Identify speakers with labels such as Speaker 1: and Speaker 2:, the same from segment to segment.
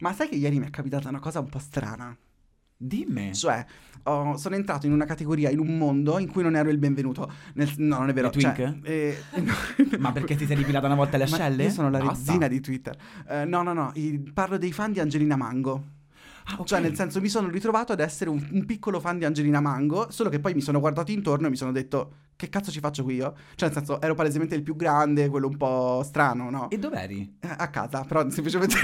Speaker 1: Ma sai che ieri mi è capitata una cosa un po' strana?
Speaker 2: Dimmi.
Speaker 1: Cioè, ho- sono entrato in una categoria, in un mondo in cui non ero il benvenuto. Nel- no, non è vero.
Speaker 2: Le
Speaker 1: cioè,
Speaker 2: twink?
Speaker 1: eh, no.
Speaker 2: Ma perché ti sei depilata una volta le
Speaker 1: Ma
Speaker 2: ascelle?
Speaker 1: Io sono la
Speaker 2: Basta.
Speaker 1: rezzina di Twitter. Eh, no, no, no, i- parlo dei fan di Angelina Mango.
Speaker 2: Ah, ok.
Speaker 1: Cioè, nel senso, mi sono ritrovato ad essere un, un piccolo fan di Angelina Mango, solo che poi mi sono guardato intorno e mi sono detto, che cazzo ci faccio qui io? Cioè, nel senso, ero palesemente il più grande, quello un po' strano, no?
Speaker 2: E dov'eri?
Speaker 1: Eh, A casa, però semplicemente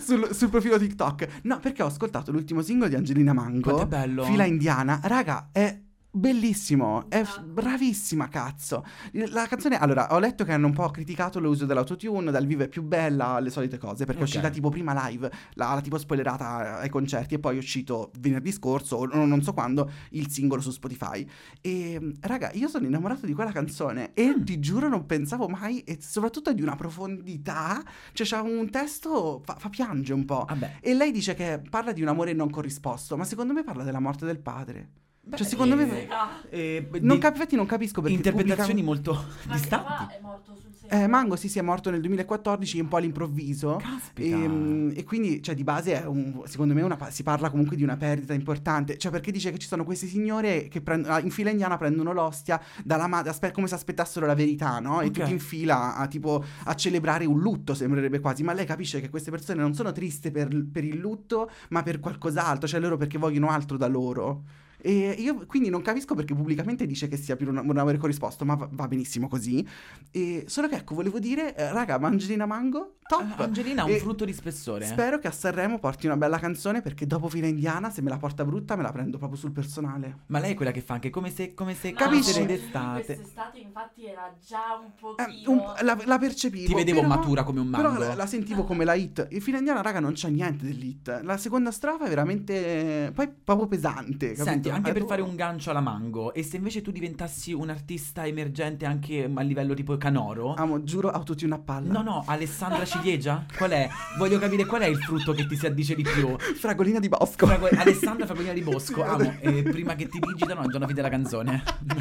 Speaker 1: sul, sul profilo TikTok. No, perché ho ascoltato l'ultimo singolo di Angelina Mango.
Speaker 2: Quanto è bello.
Speaker 1: Fila indiana, raga, è bellissimo, è
Speaker 2: Ah.
Speaker 1: f- bravissima cazzo. Il- La canzone, allora, ho letto che hanno un po' criticato l'uso dell'autotune, dal vivo è più bella, le solite cose, perché è
Speaker 2: Ok.
Speaker 1: uscita tipo prima live, la, la tipo spoilerata ai concerti e poi è uscito venerdì scorso o non non so quando il singolo su Spotify. E raga, io sono innamorato di quella canzone e
Speaker 2: Mm.
Speaker 1: ti giuro non pensavo mai e soprattutto di una profondità, cioè c'ha un testo fa, fa piange un po'.
Speaker 2: Vabbè.
Speaker 1: E lei dice che parla di un amore non corrisposto, ma secondo me parla della morte del padre.
Speaker 2: Beh,
Speaker 1: cioè, secondo me.
Speaker 2: eh,
Speaker 3: Ah,
Speaker 2: eh, beh,
Speaker 1: Non
Speaker 2: di-
Speaker 1: cap- infatti, non capisco perché.
Speaker 2: interpretazioni molto
Speaker 3: Ma anche
Speaker 2: distanti.
Speaker 3: qua è morto sul serio.
Speaker 1: pubblicano- Eh, Mango, sì, sì, è morto nel 2014, un po' all'improvviso.
Speaker 2: Caspita.
Speaker 1: E, e quindi, cioè, di base, è un- secondo me, una pa- si parla comunque di una perdita importante. Cioè, perché dice che ci sono questi signore che prend- ah, in fila indiana prendono l'ostia dalla ma- aspe- come se aspettassero la verità, no? E
Speaker 2: Ok.
Speaker 1: tutti in fila a, tipo, a celebrare un lutto, sembrerebbe quasi. Ma lei capisce che queste persone non sono triste per, per il lutto, ma per qualcos'altro. Cioè, loro perché vogliono altro da loro. E io quindi non capisco perché pubblicamente dice che sia per un, un amore corrisposto, ma va, va benissimo così. E solo che ecco, volevo dire, eh, raga, Mangelina Mango, top.
Speaker 2: Eh, Angelina ha un
Speaker 1: E-
Speaker 2: frutto di spessore.
Speaker 1: Spero che a Sanremo porti una bella canzone perché dopo Fila Indiana, se me la porta brutta, me la prendo proprio sul personale.
Speaker 2: Ma lei è quella che fa anche come se, come se
Speaker 3: No,
Speaker 1: Capisci?
Speaker 2: fosse
Speaker 3: Ah, sì,
Speaker 2: d'estate.
Speaker 3: Quest'estate infatti era già un
Speaker 1: Eh,
Speaker 3: pochino...
Speaker 1: un- la, la percepivo.
Speaker 2: Ti vedevo
Speaker 1: però-
Speaker 2: matura come un mango.
Speaker 1: Però la, la sentivo come la hit. Il Fila Indiana, raga, non c'è niente dell'hit. La seconda strofa è veramente. Poi proprio pesante. Capito?
Speaker 2: Senti, anche per
Speaker 1: Adoro.
Speaker 2: fare un gancio alla mango, e se invece tu diventassi un artista emergente anche mm, a livello tipo Canoro?
Speaker 1: Amo, giuro, autotune a palla.
Speaker 2: No, no, Alessandra Ciliegia? Qual è? Voglio capire qual è il frutto che ti si addice di più.
Speaker 1: Fragolina di Bosco.
Speaker 2: Frago- Alessandra Fragolina di Bosco,
Speaker 1: Ecco. Sì,
Speaker 2: amo.
Speaker 1: vabbè.
Speaker 2: eh, prima che ti digitano, mangia una fine della canzone.
Speaker 1: non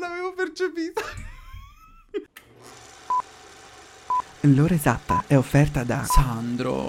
Speaker 1: l'avevo percepita. L'ora esatta è offerta da
Speaker 2: Sandro.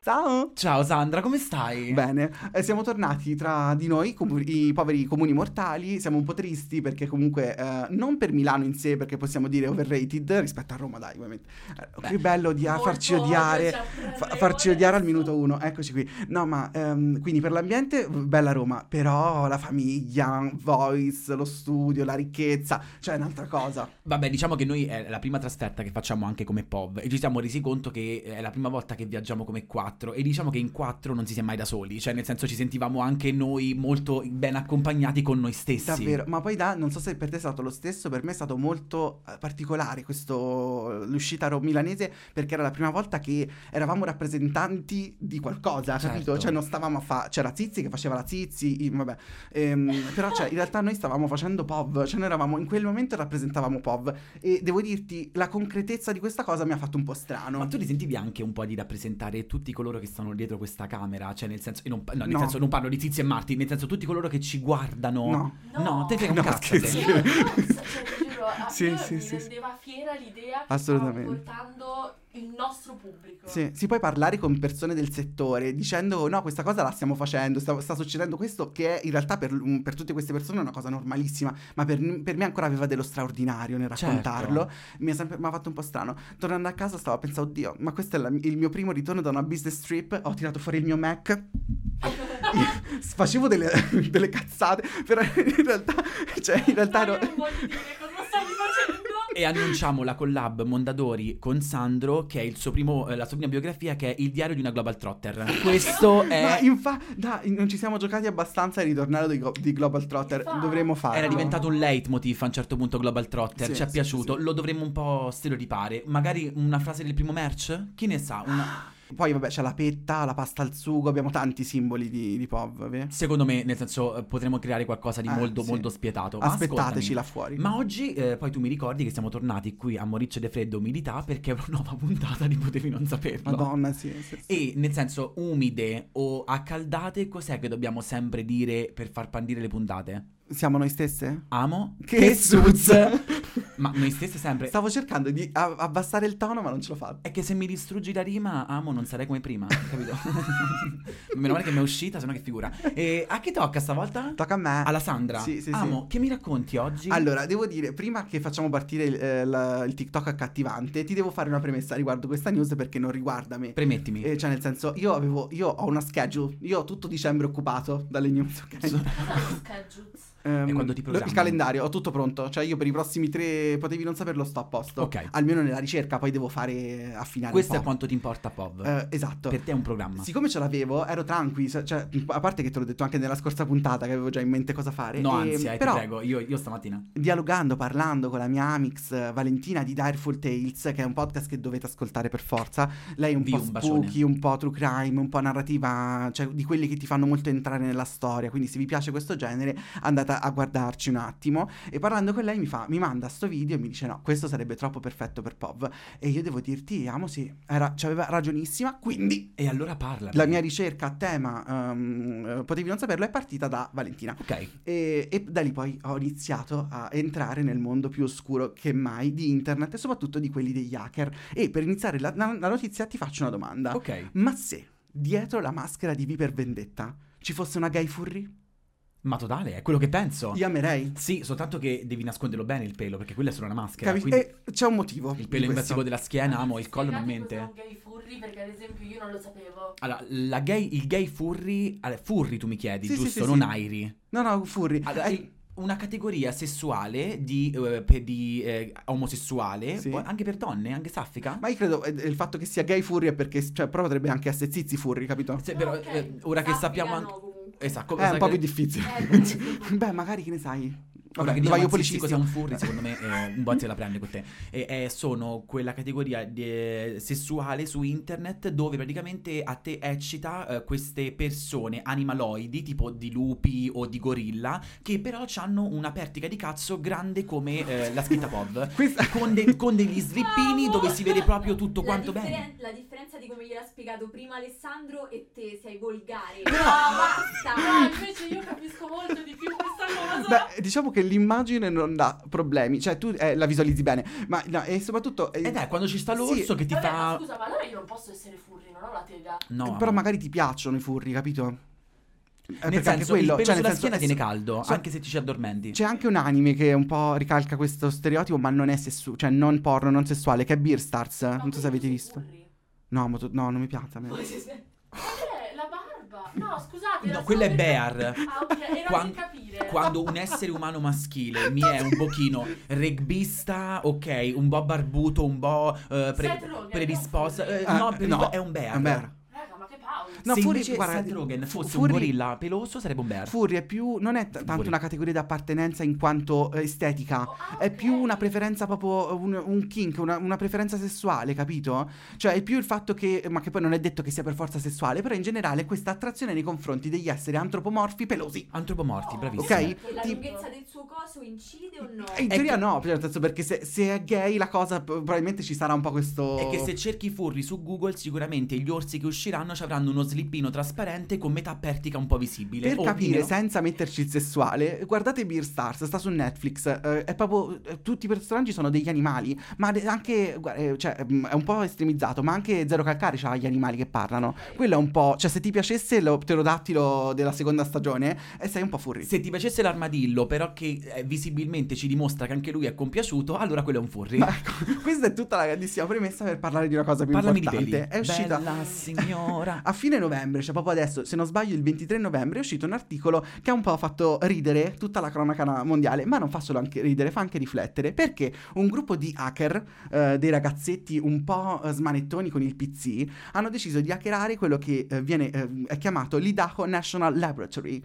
Speaker 1: Ciao!
Speaker 2: Ciao Sandra, come stai?
Speaker 1: Bene, eh, siamo tornati tra di noi, comu- i poveri comuni mortali, siamo un po' tristi perché comunque eh, non per Milano in sé, perché possiamo dire overrated rispetto a Roma, dai, ovviamente. Eh,
Speaker 2: Beh.
Speaker 1: che bello odia-
Speaker 3: Molto
Speaker 1: farci
Speaker 3: odio,
Speaker 1: odiare,
Speaker 3: cioè,
Speaker 1: fa-
Speaker 3: prendere
Speaker 1: farci
Speaker 3: ore
Speaker 1: odiare al
Speaker 3: adesso.
Speaker 1: minuto uno, eccoci qui. No, ma ehm, quindi per l'ambiente, bella Roma, però la famiglia, Voice, lo studio, la ricchezza, cioè è un'altra cosa.
Speaker 2: Vabbè, diciamo che noi è la prima trasferta che facciamo anche come POV e ci siamo resi conto che è la prima volta che viaggiamo come quattro e diciamo che in quattro non si si è mai da soli, cioè nel senso ci sentivamo anche noi molto ben accompagnati con noi stessi.
Speaker 1: Davvero, ma poi da, non so se per te è stato lo stesso, per me è stato molto eh, particolare questo, l'uscita ro- milanese perché era la prima volta che eravamo rappresentanti di qualcosa,
Speaker 2: Certo.
Speaker 1: capito? Cioè non stavamo a fare, c'era Zizi che faceva la Zizi, i- vabbè, Ehm, però cioè in realtà noi stavamo facendo POV, cioè noi eravamo in quel momento rappresentavamo POV e devo dirti la concretezza di questa cosa mi ha fatto un po' strano.
Speaker 2: Ma tu ti sentivi anche un po' di rappresentare tutti coloro che stanno dietro questa camera, cioè nel senso, e non, pa- no, nel
Speaker 1: No.
Speaker 2: senso non parlo di Tizio e Marti, nel senso tutti coloro che ci guardano.
Speaker 1: No.
Speaker 2: No, te frega un
Speaker 1: No,
Speaker 2: cazzo. a te.
Speaker 1: scherzi.
Speaker 3: Io non so, cioè, ti giuro, a-
Speaker 1: Sì,
Speaker 3: io
Speaker 1: sì,
Speaker 3: mi
Speaker 1: sì,
Speaker 3: rendeva fiera l'idea che
Speaker 1: Assolutamente.
Speaker 3: stavamo portando il nostro pubblico.
Speaker 1: Sì, si puoi parlare con persone del settore dicendo no, questa cosa la stiamo facendo, sta, sta succedendo questo che è in realtà per, mm, per tutte queste persone è una cosa normalissima, ma per, per me ancora aveva dello straordinario nel
Speaker 2: Certo.
Speaker 1: raccontarlo. Mi, ha sempre, mi ha fatto un po' strano. Tornando a casa stavo pensando, oddio, ma questo è la- il mio primo ritorno da una business trip, ho tirato fuori il mio Mac. Facevo delle, delle cazzate, però in realtà, cioè, in realtà
Speaker 3: Ma io
Speaker 1: ero-
Speaker 3: non voglio dire cosa stavi facendo.
Speaker 2: e annunciamo la collab Mondadori con Sandro, che è il suo primo, eh, la sua prima biografia, che è Il diario di una Global Trotter. Questo
Speaker 1: Ma
Speaker 2: è.
Speaker 1: infatti, dai, non ci siamo giocati abbastanza al ritornello di, Go- di Global Trotter.
Speaker 3: Infatti.
Speaker 1: Dovremmo farlo.
Speaker 2: Era diventato un leitmotiv a un certo punto Global Trotter,
Speaker 1: Ecco. Sì,
Speaker 2: ci è
Speaker 1: sì,
Speaker 2: piaciuto,
Speaker 1: sì.
Speaker 2: lo dovremmo un po' stereotipare, magari una frase del primo merch? Chi ne sa? Una-
Speaker 1: Poi, vabbè, c'è la petta, la pasta al sugo. Abbiamo tanti simboli di, di POV. ve-
Speaker 2: Secondo me, nel senso, eh, potremmo creare qualcosa di
Speaker 1: Eh,
Speaker 2: molto
Speaker 1: sì.
Speaker 2: molto spietato. Ma
Speaker 1: Aspettateci
Speaker 2: ascoltami,
Speaker 1: là fuori.
Speaker 2: Ma oggi eh, poi tu mi ricordi che siamo tornati qui a Moriccio De Freddo Umidità perché è una nuova puntata di Potevi Non Saperlo.
Speaker 1: Madonna, sì. sì, sì.
Speaker 2: E nel senso umide o accaldate, cos'è che dobbiamo sempre dire per far pandire le puntate?
Speaker 1: Siamo noi stesse?
Speaker 2: Amo
Speaker 1: suzza!
Speaker 2: Ma noi stesse sempre.
Speaker 1: Stavo cercando di a- abbassare il tono, ma non ce l'ho fatta.
Speaker 2: È che se mi distruggi la rima, amo, non sarei come prima, capito? Meno male che mi è uscita, sennò che figura. E a chi tocca stavolta?
Speaker 1: Tocca a me.
Speaker 2: Alla Sandra.
Speaker 1: Sì, sì, sì.
Speaker 2: amo, che mi racconti oggi?
Speaker 1: Allora, devo dire, prima che facciamo partire il, eh, la- il TikTok accattivante, ti devo fare una premessa riguardo questa news perché non riguarda me.
Speaker 2: Premettimi.
Speaker 1: Eh, cioè, nel senso, io avevo. Io ho una schedule. Io ho tutto dicembre occupato dalle news, ok?
Speaker 2: So-
Speaker 3: Cosa Scaggiuz?
Speaker 1: Ehm,
Speaker 2: E quando ti
Speaker 1: lo-
Speaker 2: programmi?
Speaker 1: Il calendario, ho tutto pronto. Cioè, io per i prossimi tre potevi non saperlo, sto a posto.
Speaker 2: Ok.
Speaker 1: Almeno nella ricerca, poi devo fare affinare.
Speaker 2: Questo
Speaker 1: un
Speaker 2: è
Speaker 1: po'.
Speaker 2: quanto ti importa, Pov.
Speaker 1: Eh, esatto.
Speaker 2: per te è un programma.
Speaker 1: Siccome ce l'avevo, ero tranqui. so- Cioè, a parte che te l'ho detto anche nella scorsa puntata che avevo già in mente cosa fare.
Speaker 2: No,
Speaker 1: ehm,
Speaker 2: anzi, eh,
Speaker 1: però,
Speaker 2: ti prego, io, io stamattina.
Speaker 1: dialogando, parlando con la mia Amix eh, Valentina di Direful Tales, che è un podcast che dovete ascoltare per forza. Lei è un
Speaker 2: Vi
Speaker 1: po'
Speaker 2: un bacione.
Speaker 1: spooky, un po' true crime, un po' narrativa, cioè di quelli che ti fanno molto entrare nella storia. Quindi se vi piace questo genere, andate a guardarci un attimo. E parlando con lei mi, fa, mi manda sto video e mi dice no, questo sarebbe troppo perfetto per POV. E io devo dirti, amo sì, era, ci aveva ragionissima, quindi...
Speaker 2: E allora parla.
Speaker 1: La mia ricerca a tema, ehm, eh, potevi non saperlo, è partita da Valentina.
Speaker 2: Ok.
Speaker 1: E, e da lì poi ho iniziato a entrare nel mondo più oscuro che mai di internet e soprattutto di quelli degli hacker. E per iniziare la, la- la notizia ti faccio una domanda.
Speaker 2: Ok.
Speaker 1: Ma se dietro la maschera di V per Vendetta ci fosse una gay furry?
Speaker 2: Ma totale, è quello che penso.
Speaker 1: Io amerei.
Speaker 2: Sì, soltanto che devi nasconderlo bene il pelo, perché quella è solo una maschera.
Speaker 1: Capi-
Speaker 2: quindi
Speaker 1: E c'è un motivo.
Speaker 2: il
Speaker 1: di
Speaker 2: pelo in
Speaker 1: questo.
Speaker 2: versico della schiena, Eh, amo, il collo non
Speaker 3: Spiegate
Speaker 2: mente.
Speaker 3: cosa è un gay furry perché ad esempio io non lo sapevo.
Speaker 2: Allora, la gay, il gay furry. allora, Furry tu mi chiedi,
Speaker 1: Sì, sì,
Speaker 2: giusto?
Speaker 1: sì,
Speaker 2: non
Speaker 1: sì.
Speaker 2: airi.
Speaker 1: No, no, furry.
Speaker 2: Allora,
Speaker 1: Eh,
Speaker 2: il- una categoria sessuale di, eh, pe- di, eh, omosessuale,
Speaker 1: Sì.
Speaker 2: poi anche per donne, anche saffica.
Speaker 1: Ma io credo eh, il fatto che sia gay furry è perché cioè, però potrebbe anche essere zizi furry, capito?
Speaker 2: Se- però,
Speaker 3: No, Ah, ok,
Speaker 2: eh, ora che
Speaker 3: Saffica
Speaker 2: sappiamo
Speaker 3: no,
Speaker 2: anche.
Speaker 3: comunque.
Speaker 2: Esatto,
Speaker 1: È un po' più
Speaker 2: difficile.
Speaker 1: difficile. Beh, magari che ne sai.
Speaker 2: Ora
Speaker 1: dai,
Speaker 2: Eh, che diciamo
Speaker 1: io policistico-
Speaker 2: polizistico sia un furry, secondo me eh, un bot se la prende con te. E, eh, sono quella categoria di- eh, sessuale su internet dove praticamente a te eccita eh, queste persone animaloidi, tipo di lupi o di gorilla, che però hanno una pertica di cazzo grande come eh, la scritta POV.
Speaker 1: Questa-
Speaker 2: Con, de- con degli slippini dove si vede proprio tutto
Speaker 4: La
Speaker 2: quanto
Speaker 4: differen-
Speaker 2: bene.
Speaker 4: La differenza di come gliel'ha spiegato prima Alessandro e te sei volgare.
Speaker 3: No,
Speaker 4: basta!
Speaker 3: No, Ah, invece io capisco molto di più questa cosa.
Speaker 1: Beh, diciamo che l'immagine non dà problemi, cioè tu eh, la visualizzi bene, ma no, e soprattutto... eh,
Speaker 2: Ed è quando ci sta l'orso
Speaker 1: Sì.
Speaker 2: che ti
Speaker 3: Vabbè, ma
Speaker 2: fa...
Speaker 3: scusa, ma allora io non posso essere furry, non ho la tela.
Speaker 2: No,
Speaker 1: eh,
Speaker 2: amore.
Speaker 1: però magari ti piacciono i furri, capito? Eh,
Speaker 2: nel
Speaker 1: perché anche
Speaker 2: senso, il
Speaker 1: quello,
Speaker 2: pelo
Speaker 1: cioè, nel
Speaker 2: sulla
Speaker 1: senso,
Speaker 2: schiena
Speaker 1: eh,
Speaker 2: tiene caldo,
Speaker 1: so-
Speaker 2: anche se ti ci addormenti.
Speaker 1: C'è anche un anime che un po' ricalca questo stereotipo, ma non è sessuale, cioè non porno, non sessuale, che è Beer Stars,
Speaker 3: Ma
Speaker 1: non so
Speaker 3: tu
Speaker 1: se avete
Speaker 3: sei
Speaker 1: visto. Eh.
Speaker 3: furry?
Speaker 1: No, ma tu- no, non mi piace a me.
Speaker 3: Ma che è? Eh, La barba? No, scusate.
Speaker 2: No,
Speaker 3: era
Speaker 2: quello
Speaker 3: solo
Speaker 2: è
Speaker 3: per-
Speaker 2: Bear.
Speaker 3: Ah, ok, era
Speaker 2: Quan-
Speaker 3: per capire.
Speaker 2: quando un essere umano maschile mi è un pochino rugbista, ok, un po' barbuto, un po' eh, pre-
Speaker 3: Seth Rogen,
Speaker 2: predisposto.
Speaker 3: no,
Speaker 2: eh,
Speaker 1: Ah,
Speaker 2: no, predispo- è un bear.
Speaker 1: È un bear.
Speaker 3: Raga, ma che paura.
Speaker 1: No,
Speaker 2: Se
Speaker 1: Fury-
Speaker 2: invece
Speaker 1: guarda,
Speaker 2: Seth Rogen fosse
Speaker 1: Fury-
Speaker 2: un gorilla peloso sarebbe un bear.
Speaker 1: Furry è più, non è t- tanto
Speaker 2: Furry.
Speaker 1: una categoria di appartenenza in quanto eh, estetica,
Speaker 3: Oh, ah,
Speaker 1: È
Speaker 3: ok.
Speaker 1: più una preferenza proprio, eh, un, un kink, una, una preferenza sessuale, capito? Cioè è più il fatto che, ma che poi non è detto che sia per forza sessuale, però in generale questa attrazione nei confronti degli esseri antropomorfi pelosi.
Speaker 2: Antropomorti,
Speaker 3: No.
Speaker 2: bravissimo.
Speaker 1: Ok?
Speaker 4: E la
Speaker 1: Ti-
Speaker 4: lunghezza del suo coso incide o no?
Speaker 1: E in
Speaker 2: È
Speaker 1: teoria
Speaker 2: che-
Speaker 1: no, cioè, nel senso, perché se, se è gay la cosa p- probabilmente ci sarà un po' questo...
Speaker 2: È che se cerchi furri su Google, sicuramente gli orsi che usciranno ci avranno uno slippino trasparente con metà pertica un po' visibile.
Speaker 1: Per
Speaker 2: Oh,
Speaker 1: capire
Speaker 2: dimmelo.
Speaker 1: senza metterci il sessuale, guardate Beer Stars, sta su Netflix, eh, è proprio, eh, tutti i personaggi sono degli animali, ma de- anche, gua- eh, cioè, mm, è un po' estremizzato, ma anche Zero Calcare ha gli animali che parlano, quello è un po', cioè se ti piacesse lo pterodattilo della seconda stagione, eh, sei un po' furry.
Speaker 2: Se ti piacesse l'armadillo, però che eh, visibilmente ci dimostra che anche lui è compiaciuto, allora quello è un furry.
Speaker 1: Ma ecco, questa è tutta la grandissima premessa per parlare di una cosa più
Speaker 2: Parlami di
Speaker 1: importante.
Speaker 2: peli.
Speaker 1: È uscita
Speaker 2: Bella signora.
Speaker 1: a fine fine novembre, cioè proprio adesso, se non sbaglio il 23 novembre è uscito un articolo che ha un po' fatto ridere tutta la cronaca na- mondiale, ma non fa solo anche ridere, fa anche riflettere, perché un gruppo di hacker, eh, dei ragazzetti un po' eh, smanettoni con il PC, hanno deciso di hackerare quello che eh, viene eh, è chiamato l'Idaho National Laboratory,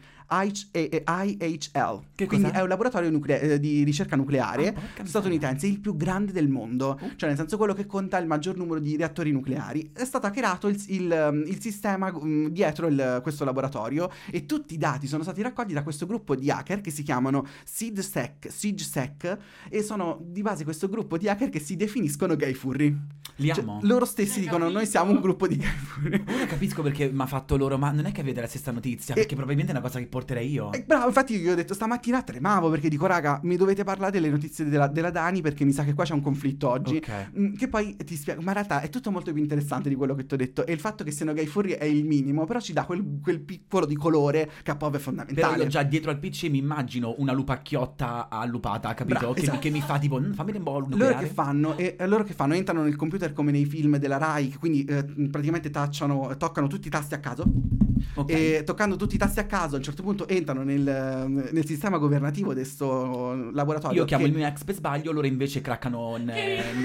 Speaker 1: IHL,
Speaker 2: Che
Speaker 1: quindi
Speaker 2: cos'è?
Speaker 1: è un laboratorio nucle- eh, di ricerca nucleare
Speaker 2: Ah, porca miseria.
Speaker 1: statunitense, il più grande del mondo, cioè nel senso quello che conta il maggior numero di reattori nucleari. È stato hackerato il, il, ehm, il sistema mm, dietro il- questo laboratorio e tutti i dati sono stati raccolti da questo gruppo di hacker che si chiamano SIDSEC, SIGSEC e sono di base questo gruppo di hacker che si definiscono gay furry.
Speaker 2: Li
Speaker 1: Cioè,
Speaker 2: amo.
Speaker 1: loro stessi
Speaker 3: Hai
Speaker 1: dicono noi
Speaker 3: capito?"
Speaker 1: siamo un gruppo di gay furry.
Speaker 2: Ora capisco perché mi ha fatto loro, ma non è che avete la stessa notizia,
Speaker 1: E-
Speaker 2: perché probabilmente è una cosa che porterei io.
Speaker 1: Eh, bravo, infatti io ho detto stamattina tremavo perché dico raga mi dovete parlare delle notizie della, della Dani perché mi sa che qua c'è un conflitto oggi.
Speaker 2: Ok.
Speaker 1: Mm, Che poi ti spiego, ma in realtà è tutto molto più interessante di quello che ti ho detto. E il fatto che siano gay furry è il minimo, però ci dà quel, quel piccolo di colore che a POV è
Speaker 2: Però io
Speaker 1: fondamentale.
Speaker 2: già dietro al PC mi immagino una lupacchiotta allupata, capito?
Speaker 1: Bra-
Speaker 2: che,
Speaker 1: esatto.
Speaker 2: che mi fa tipo, "Mm, fammi un po'
Speaker 1: Loro che,
Speaker 2: nucleare.
Speaker 1: fanno, e, e loro che fanno? Entrano nel computer come nei film della Rai, che quindi eh, praticamente tacciano, toccano tutti i tasti a caso.
Speaker 2: Ok.
Speaker 1: E toccando tutti i tasti a caso, a un certo punto entrano nel, nel sistema governativo di questo laboratorio.
Speaker 2: Io chiamo
Speaker 1: che-
Speaker 2: il mio ex per sbaglio, loro invece craccano n- n-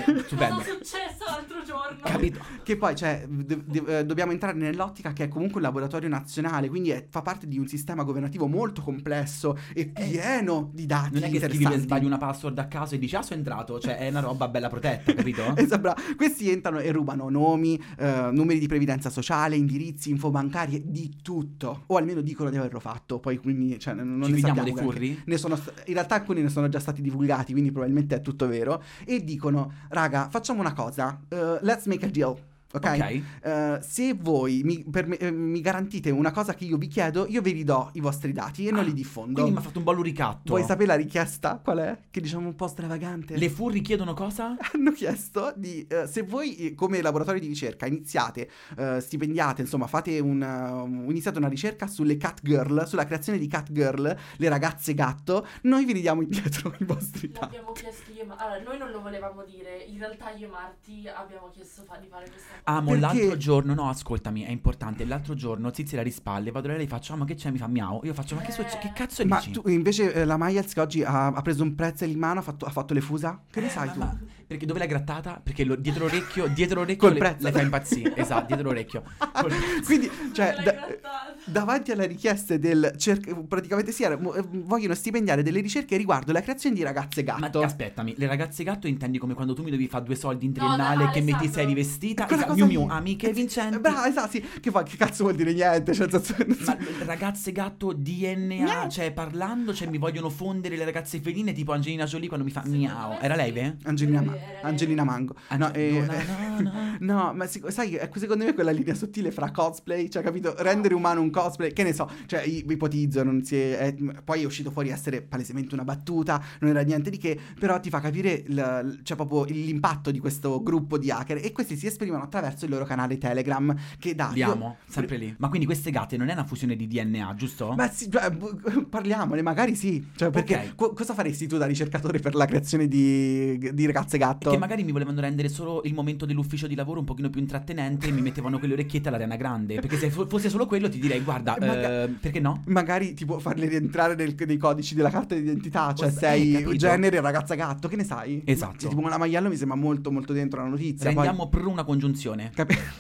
Speaker 3: Che cosa
Speaker 2: stupendo.
Speaker 3: è successo l'altro giorno?
Speaker 2: Capito?
Speaker 1: Che poi, cioè, do- do- eh, dobbiamo entrare nell'ottica che è comunque un laboratorio nazionale, quindi è- fa parte di un sistema governativo molto complesso e pieno di dati
Speaker 2: Eh, Non è che scrivi per
Speaker 1: interessanti.
Speaker 2: sbaglio una password a caso e dici, ah, sono entrato. Cioè, è una roba bella protetta, capito?
Speaker 1: Esatto, bravo. Questi entrano e rubano nomi, eh, numeri di previdenza sociale, indirizzi, infobancarie, di tutto. O almeno dicono di averlo fatto. Poi quindi cioè, non
Speaker 2: Ci
Speaker 1: ne
Speaker 2: vediamo
Speaker 1: sappiamo
Speaker 2: dei
Speaker 1: granché.
Speaker 2: furri?
Speaker 1: Ne sono st- in realtà alcuni ne sono già stati divulgati, quindi probabilmente è tutto vero. E dicono: raga, facciamo una cosa. eh, let's make a deal. ok.
Speaker 2: Ok.
Speaker 1: Eh, se voi mi, per me- eh, mi garantite una cosa che io vi chiedo, io vi ridò i vostri dati e non li diffondo.
Speaker 2: Ah, Quindi mi ha fatto un bello ricatto.
Speaker 1: Vuoi sapere la richiesta? Qual è? Che diciamo un po' stravagante.
Speaker 2: Le furri chiedono cosa?
Speaker 1: Hanno chiesto di eh, se voi eh, come laboratorio di ricerca iniziate, eh, stipendiate, insomma, fate un, eh, iniziate una ricerca sulle cat girl, sulla creazione di cat girl, le ragazze gatto, noi vi ridiamo indietro i vostri dati.
Speaker 3: L'abbiamo chiesto io e Mar- Allora, noi non lo volevamo dire. In realtà io e Marti abbiamo chiesto fa- di fare questa cosa.
Speaker 2: Amo,
Speaker 1: Perché-
Speaker 2: l'altro giorno, no, ascoltami, è importante. L'altro giorno Zizi la rispalle, vado da lei e le faccio, ah, ma che c'è? Mi fa miau. Io faccio, ma che,
Speaker 3: Eh.
Speaker 2: succe- che cazzo
Speaker 1: Ma
Speaker 2: dici?
Speaker 1: tu invece eh, la Miles che oggi ha, ha preso un prezzo in mano, ha fatto, ha fatto le fusa? Che ne
Speaker 2: Eh,
Speaker 1: sai
Speaker 2: ma-
Speaker 1: tu?
Speaker 2: ma- perché dove l'hai grattata? Perché lo- dietro l'orecchio, dietro l'orecchio
Speaker 1: Col
Speaker 2: le,
Speaker 1: prezzo.
Speaker 2: le fa impazzire. esatto, dietro l'orecchio. Col-
Speaker 1: Quindi, cioè,
Speaker 3: L'hai
Speaker 1: da-
Speaker 3: grattata.
Speaker 1: davanti alle richieste del cerc- praticamente sì, era- mo- eh, vogliono stipendiare delle ricerche riguardo la creazione di ragazze
Speaker 2: Ma
Speaker 1: gatto.
Speaker 2: aspettami, le ragazze gatto intendi come quando tu mi dovevi fare due soldi in
Speaker 3: No, no,
Speaker 2: triennale che
Speaker 3: Alessandro.
Speaker 2: metti sei rivestita?
Speaker 1: Quella
Speaker 2: Esatto,
Speaker 1: cosa
Speaker 2: miu
Speaker 1: lì.
Speaker 2: miu, amiche vincenti.
Speaker 1: Brava, esatto, sì. Che, fa- che cazzo vuol dire niente? Cioè, nel senso-
Speaker 2: Ma l- ragazze gatto DNA,
Speaker 1: Miau.
Speaker 2: cioè parlando, cioè mi vogliono fondere le ragazze feline tipo Angelina Jolie quando mi fa
Speaker 3: Secondo
Speaker 2: miau.
Speaker 3: me
Speaker 2: Era
Speaker 3: sì.
Speaker 2: lei, ve?
Speaker 1: Angelina, Ma-
Speaker 4: Era lei.
Speaker 1: Angelina Mango. no,
Speaker 2: Ange-
Speaker 1: eh,
Speaker 2: no, no, no.
Speaker 1: no, ma sic- sai, ecco, secondo me quella linea sottile fra cosplay, cioè, capito? Rendere umano un cosplay, che ne so, cioè, i- ipotizzo, non si è, è- poi è uscito fuori essere palesemente una battuta, non era niente di che, però ti fa capire il- cioè, proprio l'impatto di questo gruppo di hacker e questi si esprimono attraverso il loro canale Telegram che dà...
Speaker 2: Li
Speaker 1: Ah, io-
Speaker 2: amo, sempre lì. Ma quindi queste gatte non è una fusione di DNA, giusto?
Speaker 1: Ma sì, cioè, bu- parliamone, magari sì. Cioè, perché
Speaker 2: Ok.
Speaker 1: co- cosa faresti tu da ricercatore per la creazione di, di ragazze gatto?
Speaker 2: Che magari mi volevano rendere solo il momento dell'ufficio di lavoro un pochino più intrattenente e mi mettevano quelle orecchiette all'Arena Grande. Perché se fo- fosse solo quello ti direi, guarda,
Speaker 1: Maga-
Speaker 2: eh, perché no?
Speaker 1: ehm, Magari tipo farle rientrare nel- nei codici della carta d'identità, cioè
Speaker 2: Eh,
Speaker 1: sei
Speaker 2: capito.
Speaker 1: genere ragazza gatto, che ne sai?
Speaker 2: Esatto.
Speaker 1: Cioè, tipo la maiello mi sembra molto molto dentro la notizia.
Speaker 2: Rendiamo per una congiunzione.
Speaker 1: Poi... Capi-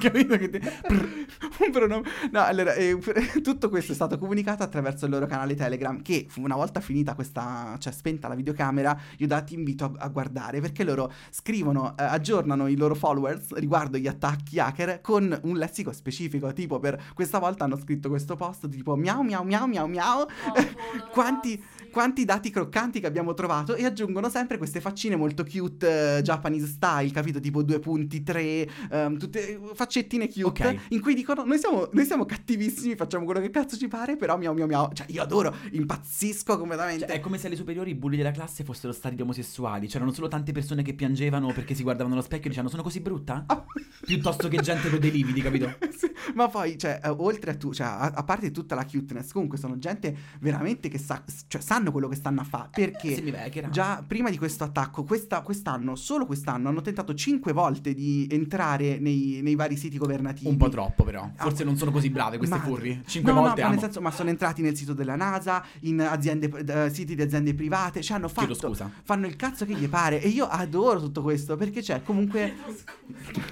Speaker 1: Capito che te... Un pronome- No, allora, eh, tutto questo è stato comunicato attraverso il loro canale Telegram che fu- una volta finita questa, cioè spenta la videocamera, io da ti invito a, a guardare perché loro scrivono, eh, aggiornano i loro followers riguardo gli attacchi hacker con un lessico specifico, tipo per questa volta hanno scritto questo post tipo miau miau miau miau miau
Speaker 3: Povero,
Speaker 1: Quanti-
Speaker 3: ragazzi.
Speaker 1: quanti dati croccanti che abbiamo trovato e aggiungono sempre queste faccine molto cute eh, Japanese style, capito? Tipo 2.3, ehm, tutte faccettine cute
Speaker 2: Ok.
Speaker 1: in cui dicono noi siamo, noi siamo cattivissimi, facciamo quello che cazzo ci pare, però miau miau miau, cioè io adoro, impazzisco completamente.
Speaker 2: Cioè, è come se alle superiori i bulli della classe fossero stati gli omosessuali. C'erano solo tante persone che piangevano perché si guardavano allo specchio e dicevano sono così brutta?
Speaker 1: Ah.
Speaker 2: Piuttosto che gente con dei lividi, capito?
Speaker 1: Sì, Ma poi, cioè, eh, oltre a tu, cioè, a, a parte tutta la cuteness, comunque sono gente veramente che sa, cioè, sanno quello che stanno a fare. Perché
Speaker 2: Semi-vecchia.
Speaker 1: Già prima di questo attacco, questa- quest'anno, solo quest'anno, hanno tentato cinque volte di entrare nei, nei vari siti governativi.
Speaker 2: Un po' troppo però. Forse non sono così brave queste
Speaker 1: Ah. Ma-
Speaker 2: furri. Cinque
Speaker 1: no, no,
Speaker 2: volte
Speaker 1: ma
Speaker 2: amo.
Speaker 1: nel senso, ma sono entrati nel sito della NASA, in aziende, eh, siti di aziende private, cioè hanno
Speaker 2: Chiedo
Speaker 1: fatto,
Speaker 2: scusa.
Speaker 1: fanno il cazzo che gli pare e io adoro tutto questo perché c'è comunque...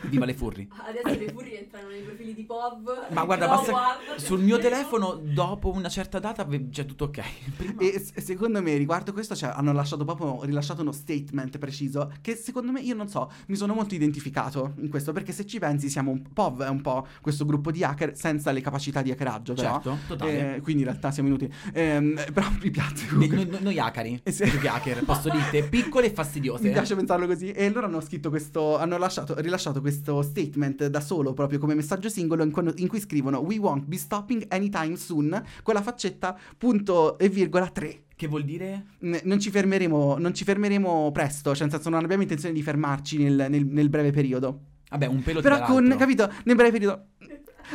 Speaker 2: Viva le furri.
Speaker 4: Adesso le furie entrano nei profili di POV.
Speaker 2: Ma guarda,
Speaker 4: no,
Speaker 2: basta-
Speaker 4: guarda,
Speaker 2: Sul mio telefono, dopo una certa data, ve- già tutto ok. Prima...
Speaker 1: E s- secondo me riguardo questo cioè, hanno lasciato proprio rilasciato uno statement preciso che secondo me io non so, mi sono molto identificato in questo perché se ci pensi siamo un po' è un po' questo gruppo di hacker senza le capacità di hackeraggio però.
Speaker 2: certo, totale.
Speaker 1: Eh, quindi in realtà siamo inutili. Ehm, però mi piace
Speaker 2: Ne-
Speaker 1: comunque.
Speaker 2: no- no- noi acari,
Speaker 1: Eh sì.
Speaker 2: più che hacker, posso dirti, piccole e fastidiose.
Speaker 1: Mi piace pensarlo così. E loro hanno scritto questo. Hanno lasciato, rilasciato questo statement da solo, proprio come messaggio singolo, in, cui- in cui scrivono: We won't be stopping anytime soon. Con la faccetta punto e virgola 3.
Speaker 2: Che vuol dire?
Speaker 1: Non ci fermeremo, non ci fermeremo presto. Cioè, nel senso, non abbiamo intenzione di fermarci nel, nel- nel breve periodo.
Speaker 2: Vabbè, un pelo
Speaker 1: Però
Speaker 2: tira
Speaker 1: con,
Speaker 2: l'altro.
Speaker 1: capito? Nel breve periodo.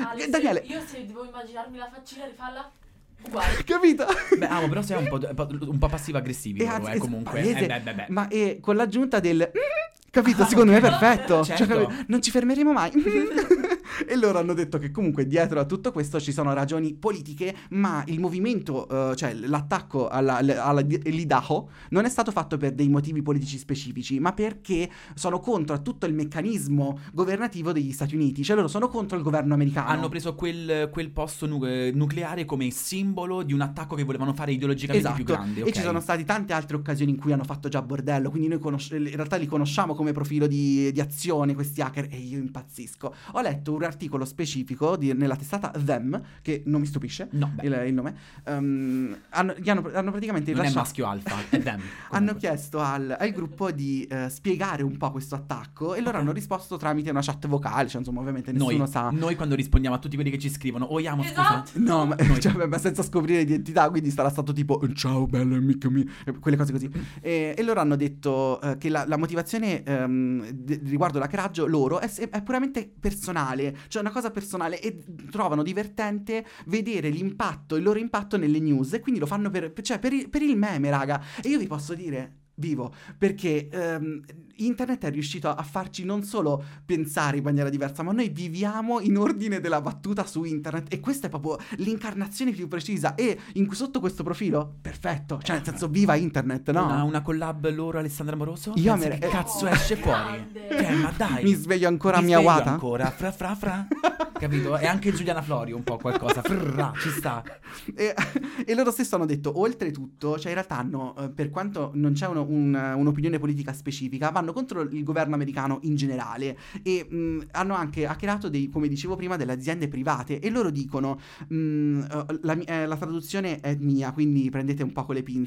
Speaker 3: Ale, se-
Speaker 1: Daniele.
Speaker 3: Ah, Io se devo immaginarmi la faccina rifalla uguale.
Speaker 1: Capito?
Speaker 2: Beh, amo, però sei un po', d- un po' passivo-aggressivi,
Speaker 1: E
Speaker 2: loro,
Speaker 1: anzi,
Speaker 2: eh,
Speaker 1: es-
Speaker 2: comunque.
Speaker 1: palese.
Speaker 2: Eh, beh, beh, beh.
Speaker 1: Ma e con l'aggiunta del. "Mm-hmm", Capito? Secondo me è perfetto. Cioè,
Speaker 2: Certo.
Speaker 1: capi- non ci fermeremo mai. e loro hanno detto che comunque dietro a tutto questo ci sono ragioni politiche, ma il movimento, eh, cioè l'attacco alla, alla, all'Idaho non è stato fatto per dei motivi politici specifici, ma perché sono contro a tutto il meccanismo governativo degli Stati Uniti. Cioè loro sono contro il governo americano.
Speaker 2: Hanno preso quel, quel posto nu- eh, nucleare come simbolo di un attacco che volevano fare ideologicamente
Speaker 1: Esatto.
Speaker 2: più grande.
Speaker 1: E
Speaker 2: ok?
Speaker 1: ci sono state tante altre occasioni in cui hanno fatto già bordello. Quindi noi conosce- in realtà li conosciamo come profilo di, di azione questi hacker e io impazzisco. Ho letto un articolo specifico di- nella testata Them, che non mi stupisce
Speaker 2: No, beh,
Speaker 1: il, il nome. ehm, hanno, gli hanno, hanno praticamente
Speaker 2: non è
Speaker 1: rilasciato-
Speaker 2: maschio alfa, è them.
Speaker 1: hanno
Speaker 2: comunque.
Speaker 1: chiesto al, al gruppo di eh, spiegare un po' questo attacco e loro
Speaker 2: Ok.
Speaker 1: hanno risposto tramite una chat vocale. Cioè, insomma, ovviamente nessuno
Speaker 2: Noi,
Speaker 1: sa.
Speaker 2: noi quando rispondiamo a tutti quelli che ci scrivono, oh Iamo, scusa.
Speaker 3: Esatto.
Speaker 1: No, ma,
Speaker 2: Noi-
Speaker 1: cioè, ma senza scoprire l'identità, quindi sarà stato tipo ciao bello amico mio, e quelle cose così. E, e loro hanno detto eh, che la, la motivazione ehm, de- riguardo l'hackeraggio loro è, se- è puramente personale, cioè una cosa personale e trovano divertente vedere l'impatto, il loro impatto nelle news e quindi lo fanno per, cioè, per il, per il meme, raga. E io vi posso dire... Vivo, perché ehm, internet è riuscito a farci non solo pensare in maniera diversa, ma noi viviamo in ordine della battuta su internet e questa è proprio l'incarnazione più precisa e in- sotto questo profilo, perfetto, cioè nel senso viva internet, no?
Speaker 2: Una, una collab loro Alessandra Moroso?
Speaker 1: Io
Speaker 2: Pensa
Speaker 1: amere-
Speaker 2: che
Speaker 1: eh.
Speaker 2: cazzo
Speaker 3: Oh,
Speaker 2: esce fuori?
Speaker 3: grande.
Speaker 2: Cioè, ma dai.
Speaker 1: Mi sveglio ancora a
Speaker 2: Mi
Speaker 1: mia
Speaker 2: sveglio
Speaker 1: guata.
Speaker 2: ancora, fra fra fra. Capito? E anche Giuliana Florio un po' qualcosa. Frrra, ci sta.
Speaker 1: E, e loro stesso hanno detto, oltretutto, cioè in realtà hanno, eh, per quanto non c'è uno- un- un'opinione politica specifica, vanno contro il governo americano in generale e mh, hanno anche hackerato, dei, come dicevo prima, delle aziende private e loro dicono, mh, eh, la, mi- eh, la traduzione è mia, quindi prendete un po' con le pinze,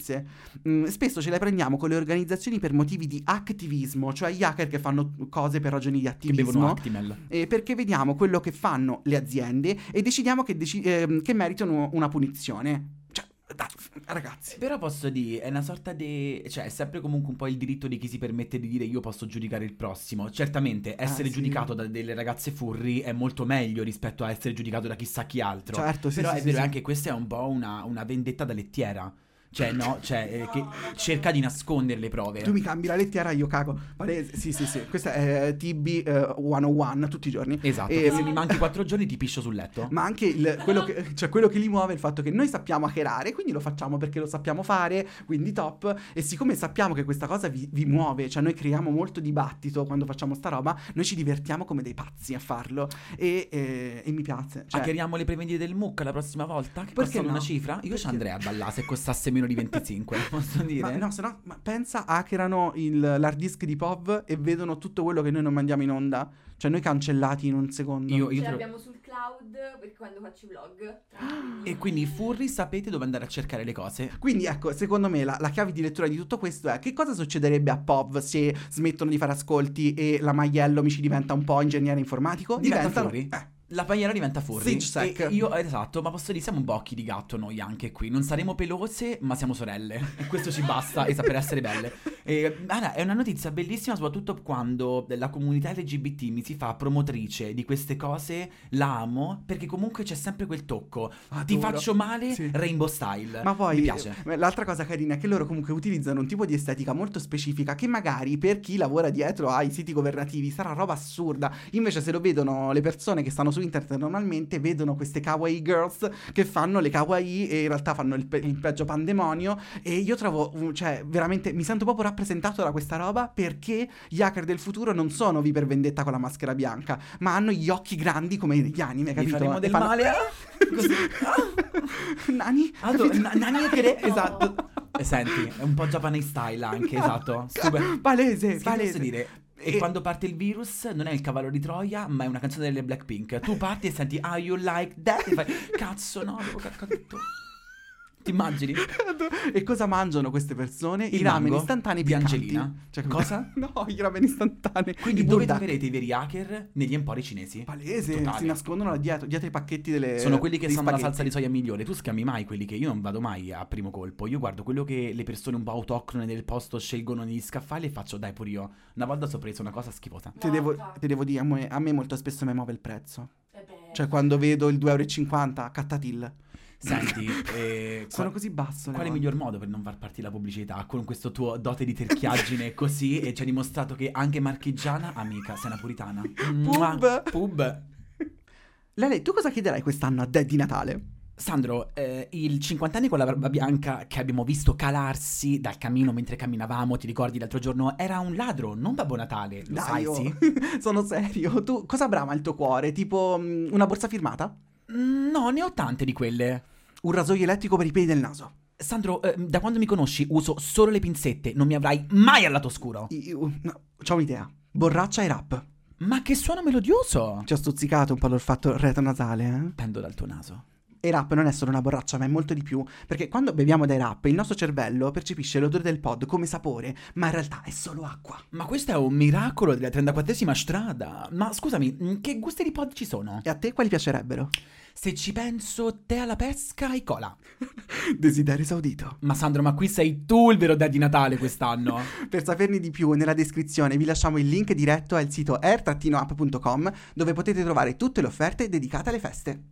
Speaker 1: Mm, spesso ce le prendiamo con le organizzazioni per motivi di attivismo, cioè gli hacker che fanno cose per ragioni di
Speaker 2: Che bevono
Speaker 1: attivismo.
Speaker 2: Actimel.
Speaker 1: Eh, perché vediamo quello che fanno le aziende e decidiamo che, deci- ehm, che meritano una punizione. Cioè, dai, ragazzi.
Speaker 2: Però posso dire, è una sorta di... Cioè, è sempre comunque un po' il diritto di chi si permette di dire io posso giudicare il prossimo. Certamente, essere
Speaker 1: Ah, sì.
Speaker 2: giudicato da delle ragazze furri è molto meglio rispetto a essere giudicato da chissà chi altro.
Speaker 1: Certo, sì,
Speaker 2: Però
Speaker 1: sì,
Speaker 2: è
Speaker 1: sì,
Speaker 2: vero,
Speaker 1: sì.
Speaker 2: anche questa è un po' una, una vendetta da lettiera. Cioè, no, cioè, eh, che cerca di nascondere le prove.
Speaker 1: Tu mi cambi la lettiera, io cago. Palese. Sì, sì, sì. Questa è TB eh, 101 tutti i giorni.
Speaker 2: Esatto,
Speaker 1: Eh,
Speaker 2: se mi manchi quattro giorni ti piscio sul letto.
Speaker 1: Ma anche il- quello, che, cioè, quello che li muove è il fatto che noi sappiamo hackerare, quindi lo facciamo perché lo sappiamo fare, quindi top. E siccome sappiamo che questa cosa vi, vi muove, cioè noi creiamo molto dibattito quando facciamo sta roba, noi ci divertiamo come dei pazzi a farlo. E, eh, e mi piace. Cioè,
Speaker 2: Acchieriamo le prevendite del MOOC la prossima volta? Che
Speaker 1: Perché
Speaker 2: costano
Speaker 1: no?
Speaker 2: una cifra? Io
Speaker 1: Perché-
Speaker 2: ci andrei a ballare se costasse meno di 25, posso dire?
Speaker 1: Ma no, se no, ma pensa, hackerano il- l'hard disk di POV e vedono tutto quello che noi non mandiamo in onda. Cioè, noi cancellati in un secondo.
Speaker 2: Io-
Speaker 4: Ce
Speaker 2: io tro-
Speaker 4: l'abbiamo sul cloud per quando faccio i vlog.
Speaker 2: E quindi i furri sapete dove andare a cercare le cose.
Speaker 1: Quindi, ecco, secondo me la, la chiave di lettura di tutto questo è che cosa succederebbe a POV se smettono di fare ascolti e la Maiello mi ci diventa un po' ingegnere informatico?
Speaker 2: Diventa
Speaker 1: Diventano.
Speaker 2: furri?
Speaker 1: Eh,
Speaker 2: La paiera diventa furri.
Speaker 1: Sig sec.
Speaker 2: E io, eh, esatto, ma posso dire, siamo un po' occhi di gatto noi anche qui. Non saremo pelose, ma siamo sorelle. E questo ci basta, e sa- per essere belle. Eh, Anna, è una notizia bellissima, soprattutto quando la comunità LGBT mi si fa promotrice di queste cose. La amo perché comunque c'è sempre quel tocco. Ti
Speaker 1: Eh, Adoro.
Speaker 2: faccio male,
Speaker 1: Sì.
Speaker 2: rainbow style.
Speaker 1: Ma poi
Speaker 2: mi piace.
Speaker 1: eh, l'altra cosa carina è che loro comunque utilizzano un tipo di estetica molto specifica che magari per chi lavora dietro ai siti governativi sarà roba assurda. Invece se lo vedono le persone che stanno su internet normalmente vedono queste kawaii girls che fanno le kawaii e in realtà fanno il, pe- il peggio pandemonio e io trovo mm, cioè veramente mi sento proprio rappresentato da questa roba perché gli hacker del futuro non sono vi per vendetta con la maschera bianca, ma hanno gli occhi grandi come negli anime,
Speaker 2: Mi
Speaker 1: capito?
Speaker 2: faremo
Speaker 1: E
Speaker 2: del
Speaker 1: fanno-
Speaker 2: male. ah! Così.
Speaker 1: Nani?
Speaker 2: Aldo,
Speaker 1: capito?
Speaker 2: na- nani che-
Speaker 3: No.
Speaker 2: Esatto. Eh, Senti, è un po' Japanese style anche,
Speaker 1: No.
Speaker 2: esatto. Super.
Speaker 1: Palese,
Speaker 2: Che
Speaker 1: palese.
Speaker 2: posso dire? E,
Speaker 1: E-
Speaker 2: quando parte il virus non è il cavallo di Troia, ma è una canzone delle Blackpink. Tu parti e senti Ah you like that e fai Cazzo no, avevo caccato. Ti immagini?
Speaker 1: E cosa mangiano queste persone? I
Speaker 2: Il
Speaker 1: ramen
Speaker 2: mango
Speaker 1: istantanei
Speaker 2: di
Speaker 1: piccanti.
Speaker 2: Angelina.
Speaker 1: Cioè,
Speaker 2: Cosa?
Speaker 1: No, i ramen istantanei.
Speaker 2: Quindi
Speaker 1: I
Speaker 2: dove
Speaker 1: buldak.
Speaker 2: troverete i veri hacker? Negli empori cinesi.
Speaker 1: Palese,
Speaker 2: Totale.
Speaker 1: si nascondono là dietro, dietro i pacchetti delle
Speaker 2: Sono quelli che
Speaker 1: Eh, dei
Speaker 2: sanno la
Speaker 1: spaghetti.
Speaker 2: salsa di soia migliore. Tu scambi mai quelli che io non vado mai a primo colpo. Io guardo quello che le persone un po' autoctone del posto scelgono negli scaffali e faccio dai pure io. Una volta ho preso una cosa schifosa.
Speaker 1: Te devo,
Speaker 3: Guarda.
Speaker 1: te devo dire, a me, a me molto spesso mi muove il prezzo.
Speaker 3: Eh beh.
Speaker 1: Cioè, quando vedo il 2,50€ cattatil.
Speaker 2: Senti, eh, qua-
Speaker 1: Sono così basso. le
Speaker 2: Quale
Speaker 1: volte.
Speaker 2: miglior modo per non far partire la pubblicità? Con questo tuo dote di terchiaggine così e ci hai dimostrato che anche marchigiana, amica, sei una puritana. Mua.
Speaker 1: Pub.
Speaker 2: Pub.
Speaker 1: Lele, tu cosa chiederai quest'anno a Dad di Natale?
Speaker 2: Sandro, eh, il 50 anni con la barba bianca che abbiamo visto calarsi dal camino mentre camminavamo, ti ricordi l'altro giorno? Era un ladro, non Babbo Natale, lo
Speaker 1: Dai,
Speaker 2: sai
Speaker 1: oh,
Speaker 2: sì?
Speaker 1: Sono serio. Tu cosa brama il tuo cuore? Tipo mm, una borsa firmata?
Speaker 2: Mm, No, ne ho tante di quelle.
Speaker 1: Un rasoio elettrico per i peli del naso?
Speaker 2: Sandro, eh, da quando mi conosci uso solo le pinzette, non mi avrai mai al lato oscuro.
Speaker 1: Io, oh, no, c'ho un'idea. Borraccia e rap.
Speaker 2: Ma che suono melodioso!
Speaker 1: Ci ho stuzzicato un po' l'ho fatto retonasale, eh?
Speaker 2: Pendo dal tuo naso.
Speaker 1: E rap non è solo una borraccia, ma è molto di più, perché quando beviamo dai rap il nostro cervello percepisce l'odore del pod come sapore, ma in realtà è solo acqua.
Speaker 2: Ma questo è un miracolo della 34esima strada. Ma scusami, mh, che gusti di pod ci sono?
Speaker 1: E a te quali piacerebbero?
Speaker 2: Se ci penso, te alla pesca e cola.
Speaker 1: Desiderio esaudito.
Speaker 2: Ma Sandro, ma qui sei tu il vero dad di Natale quest'anno.
Speaker 1: Per saperne di più, nella descrizione vi lasciamo il link diretto al sito air-up.com dove potete trovare tutte le offerte dedicate alle feste.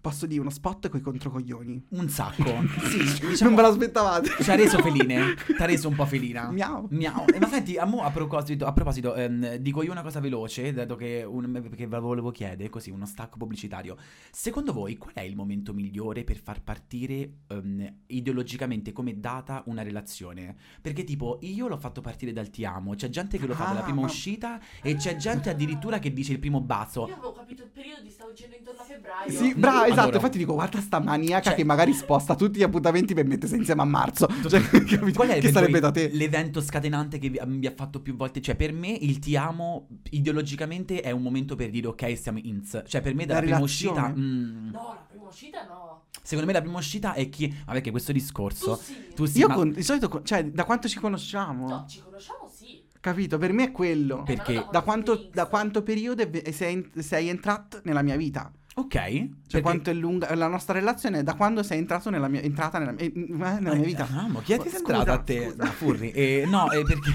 Speaker 1: Posso dire uno spot coi controcoglioni.
Speaker 2: Un sacco. Sì,
Speaker 1: Non
Speaker 2: diciamo...
Speaker 1: ve l'aspettavate.
Speaker 2: Ci ha reso feline. Ti ha reso un po' felina.
Speaker 1: Miau.
Speaker 2: Miau. Eh, Ma senti, a, mo- a proposito, a proposito, ehm, dico io una cosa veloce, dato che, un, perché ve lo volevo chiedere, così, uno stacco pubblicitario. Secondo voi qual è il momento migliore per far partire ehm, ideologicamente come data una relazione? Perché tipo, io l'ho fatto partire dal ti amo, c'è gente che lo fa
Speaker 1: Ah,
Speaker 2: dalla prima
Speaker 1: ma-
Speaker 2: uscita e c'è gente addirittura che dice il primo
Speaker 3: Io
Speaker 2: bacio.
Speaker 3: avevo capito il periodo, ti stavo dicendo intorno a febbraio.
Speaker 1: Sì, brava, esatto.
Speaker 2: Allora.
Speaker 1: Infatti dico, guarda sta maniaca
Speaker 2: Cioè-
Speaker 1: che magari sposta tutti gli appuntamenti per mettersi insieme a marzo. Cioè, capito?
Speaker 2: Qual è
Speaker 1: che
Speaker 2: per
Speaker 1: sarebbe
Speaker 2: voi
Speaker 1: da te?
Speaker 2: l'evento scatenante che vi, vi ha fatto più volte? Cioè, per me il ti amo ideologicamente è un momento per dire ok, siamo ins. Cioè, per me dalla
Speaker 1: La
Speaker 2: prima
Speaker 1: relazione?
Speaker 2: uscita. mm,
Speaker 3: No, la prima uscita no.
Speaker 2: Secondo me la prima uscita è chi. Vabbè, che questo
Speaker 3: Tu
Speaker 2: discorso.
Speaker 3: sì.
Speaker 2: Tu sì,
Speaker 1: Io
Speaker 2: ma-
Speaker 1: con- di solito, con- cioè, da quanto ci conosciamo?
Speaker 3: No, ci conosciamo sì.
Speaker 1: Capito? Per me è quello.
Speaker 2: Per- Perché?
Speaker 3: Eh, ma non
Speaker 1: Da
Speaker 3: quando
Speaker 1: quanto,
Speaker 3: sei
Speaker 1: da
Speaker 3: ex.
Speaker 1: quanto periodo è- eh, sei, sei entrato nella mia vita?
Speaker 2: Ok. Cioè,
Speaker 1: Cioè, quanto è lunga la nostra relazione? è Da quando sei entrato nella mia, entrata nella, eh, nella mia vita?
Speaker 2: Amo, Ah, chi è che
Speaker 1: Scusa,
Speaker 2: sei entrata a te?
Speaker 1: scusa.
Speaker 2: No, Furri. Eh, no, eh, perché,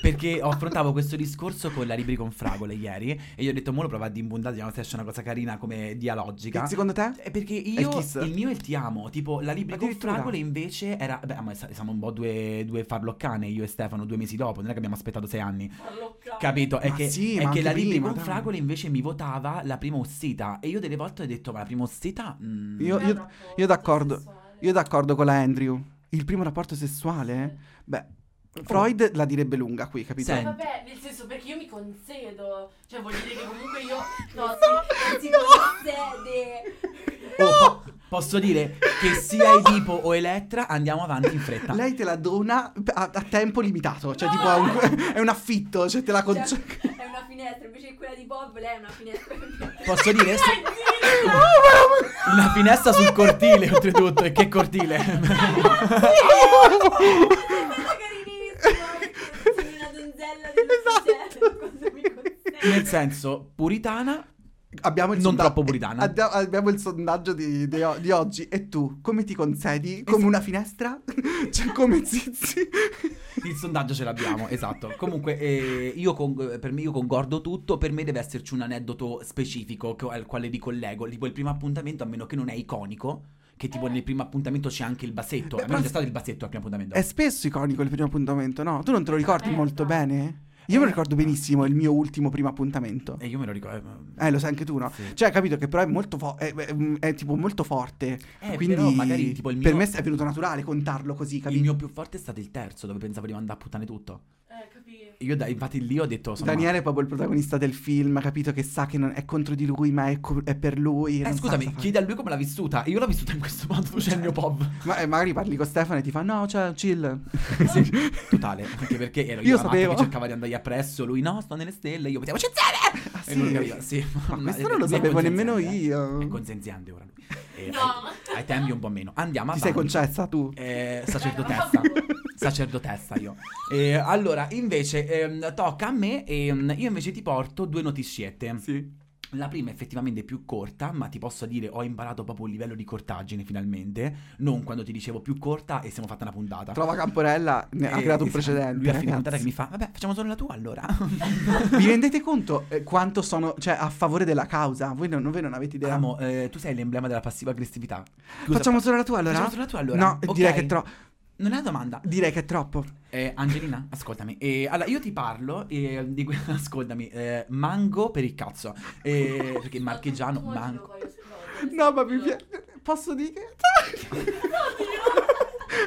Speaker 2: perché ho affrontato questo discorso con la Libri con Fragole ieri. E gli ho detto, mo lo prova ad imbundare, vediamo se esce una cosa carina come dialogica.
Speaker 1: Che secondo te?
Speaker 2: Eh, perché
Speaker 1: il
Speaker 2: io
Speaker 1: kiss?
Speaker 2: il, mio è il ti amo, tipo la Libri con
Speaker 1: Addirittura.
Speaker 2: Fragole invece era beh, ma sa- siamo un po' due, due farloccane io e Stefano due mesi dopo, non è che abbiamo aspettato sei anni.
Speaker 3: farlocca.
Speaker 2: Capito? È
Speaker 1: Ma
Speaker 2: che,
Speaker 1: sì,
Speaker 2: è
Speaker 1: ma
Speaker 2: che la
Speaker 1: anche
Speaker 2: Libri
Speaker 1: prima,
Speaker 2: con
Speaker 1: dai.
Speaker 2: Fragole invece mi votava la prima ossita e io delle volte ho detto "Ma la prima ossita mm,
Speaker 1: Io-
Speaker 3: Non è un rapporto
Speaker 1: io d'accordo.
Speaker 3: sessuale.
Speaker 1: Io d'accordo con la Andrew. Il primo rapporto sessuale? Beh, Freud la direbbe lunga qui, capito?
Speaker 2: Senti.
Speaker 3: Eh, Vabbè, nel senso perché io mi concedo. Cioè, voglio dire che comunque io. No,
Speaker 4: Si possede.
Speaker 2: Oh, po- posso dire che sia Edipo o Elettra andiamo avanti in fretta.
Speaker 1: Lei te la dona a, a tempo limitato, cioè tipo a un- è un affitto, cioè te la
Speaker 4: Cioè,
Speaker 1: concedo.
Speaker 4: è una finestra, invece che quella di Bob, lei è una finestra.
Speaker 2: Posso dire se- una finestra sul cortile oltretutto e che cortile.
Speaker 4: Questa carinissima, perché sono una donzella del
Speaker 1: Esatto.
Speaker 4: cielo, quando mi consente.
Speaker 2: Nel senso puritana
Speaker 1: abbiamo il
Speaker 2: Non
Speaker 1: sonda-
Speaker 2: troppo puritana.
Speaker 1: adda- abbiamo il sondaggio di, di o- di oggi. E tu come ti concedi?
Speaker 2: Esatto.
Speaker 1: Come una finestra? cioè, come zizi?
Speaker 2: Il sondaggio ce l'abbiamo, esatto. Comunque, eh, io, con- per me, io concordo tutto. Per me deve esserci un aneddoto specifico che- al quale ricollego. Tipo il primo appuntamento, a meno che non è iconico. Che tipo nel primo appuntamento c'è anche il bassetto.
Speaker 1: Beh,
Speaker 2: a me
Speaker 1: però- Eh,
Speaker 2: non c'è stato il bassetto al primo appuntamento.
Speaker 1: È spesso iconico il primo appuntamento, no? Tu non te lo ricordi
Speaker 3: Eh,
Speaker 1: molto
Speaker 3: no.
Speaker 1: bene? Io me lo ricordo benissimo il mio ultimo primo appuntamento.
Speaker 2: E io me lo ricordo.
Speaker 1: Eh, lo sai anche tu, no?
Speaker 2: Sì.
Speaker 1: Cioè, hai capito che però è molto fo- è, è- mm, è tipo molto forte.
Speaker 2: Eh,
Speaker 1: quindi
Speaker 2: però magari tipo il mio,
Speaker 1: per me è venuto naturale contarlo così,
Speaker 2: il
Speaker 1: capito?
Speaker 2: mio più forte è stato il terzo, dove pensavo di mandare a puttane tutto.
Speaker 3: Eh, capì.
Speaker 2: Io, da- infatti, lì ho detto. insomma,
Speaker 1: Daniele è proprio il protagonista del film, ha capito che sa che non è contro di lui, ma è, co- è per lui.
Speaker 2: Eh,
Speaker 1: non sa
Speaker 2: scusami,
Speaker 1: cosa fare.
Speaker 2: chiedi a lui come l'ha vissuta. Io l'ho vissuta in questo modo, c'è il mio pop.
Speaker 1: Ma eh, magari parli con Stefano e ti fa: No, cioè, chill.
Speaker 2: Totale, anche perché ero
Speaker 1: Io
Speaker 2: io, la matta
Speaker 1: sapevo.
Speaker 2: che cercava di andargli appresso, lui no, sto nelle stelle, io potevo scegliere!
Speaker 1: Ah,
Speaker 2: E lui
Speaker 1: sì?
Speaker 2: capiva, sì.
Speaker 1: Ma
Speaker 2: Ma
Speaker 1: questo
Speaker 2: è-
Speaker 1: non lo
Speaker 2: è
Speaker 1: sapevo nemmeno
Speaker 2: consenziente,
Speaker 1: io.
Speaker 2: eh. È consenziente ora lui. Eh,
Speaker 3: No.
Speaker 2: ai, ai tempi un po' meno. Andiamo
Speaker 1: Ti
Speaker 2: avanti.
Speaker 1: sei concessa tu?
Speaker 2: Eh,
Speaker 3: Eh,
Speaker 2: sacerdotessa.
Speaker 3: ma proprio.
Speaker 2: sacerdotessa io. Eh, allora, invece, ehm, tocca a me e mm, io invece ti porto due notiziette.
Speaker 1: Sì.
Speaker 2: La prima è effettivamente più corta, ma ti posso dire ho imparato proprio il livello di cortaggine finalmente, non quando ti dicevo più corta e siamo fatta una puntata.
Speaker 1: Trova Camporella, ne ha
Speaker 2: Eh,
Speaker 1: creato un
Speaker 2: esatto.
Speaker 1: precedente.
Speaker 2: Lui ha finito
Speaker 1: ragazzi.
Speaker 2: che mi fa, vabbè, facciamo solo la tua allora.
Speaker 1: Vi rendete conto eh, quanto sono cioè, a favore della causa? Voi non, voi non avete idea.
Speaker 2: Amo, eh, tu sei l'emblema della passiva aggressività. Scusa,
Speaker 1: Facciamo solo la tua allora?
Speaker 2: Facciamo solo la tua allora.
Speaker 1: No,
Speaker 2: Ok.
Speaker 1: direi, che è tro-
Speaker 2: Non è una domanda.
Speaker 1: direi che è troppo.
Speaker 2: Eh, Angelina, ascoltami. Eh, allora, io ti parlo eh, di que- ascoltami, eh, mango per il cazzo. Eh, perché in marchegiano
Speaker 3: Oggi lo
Speaker 2: mango.
Speaker 3: voglio esplodere,
Speaker 1: No, ma mi
Speaker 3: sentilo.
Speaker 1: piace. Posso dire che.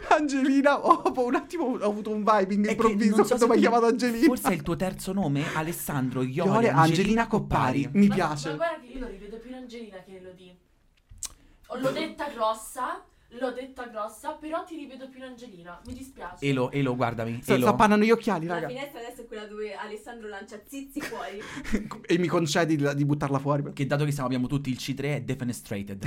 Speaker 1: Angelina, ho ho un attimo ho avuto un vibing
Speaker 2: È che
Speaker 1: improvviso
Speaker 2: non so
Speaker 1: quando
Speaker 2: se
Speaker 1: mi ha
Speaker 2: tu-
Speaker 1: chiamato Angelina.
Speaker 2: Forse è il tuo terzo nome, Alessandro Iole,
Speaker 1: Iole,
Speaker 2: Angelina,
Speaker 1: Angelina Coppari.
Speaker 2: Coppari.
Speaker 1: Mi
Speaker 3: Ma-
Speaker 1: piace.
Speaker 3: Ma guarda che io lo rivedo più in Angelina che in Elodie. Oh, L'ho detta grossa, l'ho detta grossa, però ti rivedo più in Angelina. Mi dispiace.
Speaker 2: Elo, Elo, guardami.
Speaker 1: Sta,
Speaker 2: Elo.
Speaker 1: sta pannando gli occhiali,
Speaker 4: La
Speaker 1: raga.
Speaker 4: finestra adesso è quella dove Alessandro lancia zizzi fuori.
Speaker 1: Eh, E mi concedi di, di buttarla fuori.
Speaker 2: Che dato che siamo, abbiamo tutti il C3 è defenestrated.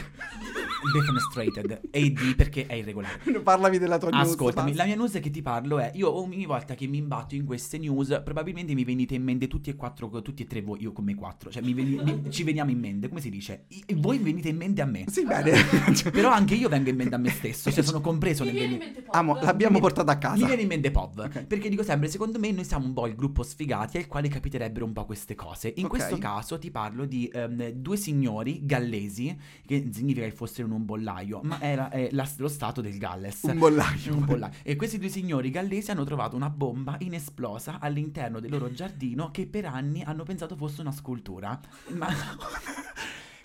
Speaker 2: defenestrated. E D perché è irregolare.
Speaker 1: Parlami della tua news,
Speaker 2: Ascoltami,
Speaker 1: basta.
Speaker 2: la mia news che ti parlo è io ogni volta che mi imbatto in queste news, probabilmente mi venite in mente tutti e quattro, tutti e tre voi, io come quattro, cioè mi veni- mi- ci veniamo in mente, come si dice? I- voi venite in mente a me.
Speaker 1: Sì, bene. Cioè,
Speaker 2: Però anche io vengo in mente a me stesso, cioè sono compreso
Speaker 3: Mi
Speaker 2: nel
Speaker 3: viene in
Speaker 2: venire-
Speaker 3: mente poco.
Speaker 1: Amo, l'abbiamo
Speaker 2: Mi-
Speaker 1: portata a
Speaker 2: Mi
Speaker 1: casa.
Speaker 2: viene in mente Pov,
Speaker 1: Ok.
Speaker 2: perché dico sempre, secondo me noi siamo un po' il gruppo sfigati al quale capiterebbero un po' queste cose. In
Speaker 1: Ok.
Speaker 2: questo caso ti parlo di ehm, due signori gallesi, che significa che fossero in un bollaio, ma era eh, la- lo stato del Galles.
Speaker 1: Un bollaio.
Speaker 2: Un bollaio. E questi due signori gallesi hanno trovato una bomba inesplosa all'interno del loro giardino che per anni hanno pensato fosse una scultura. Ma...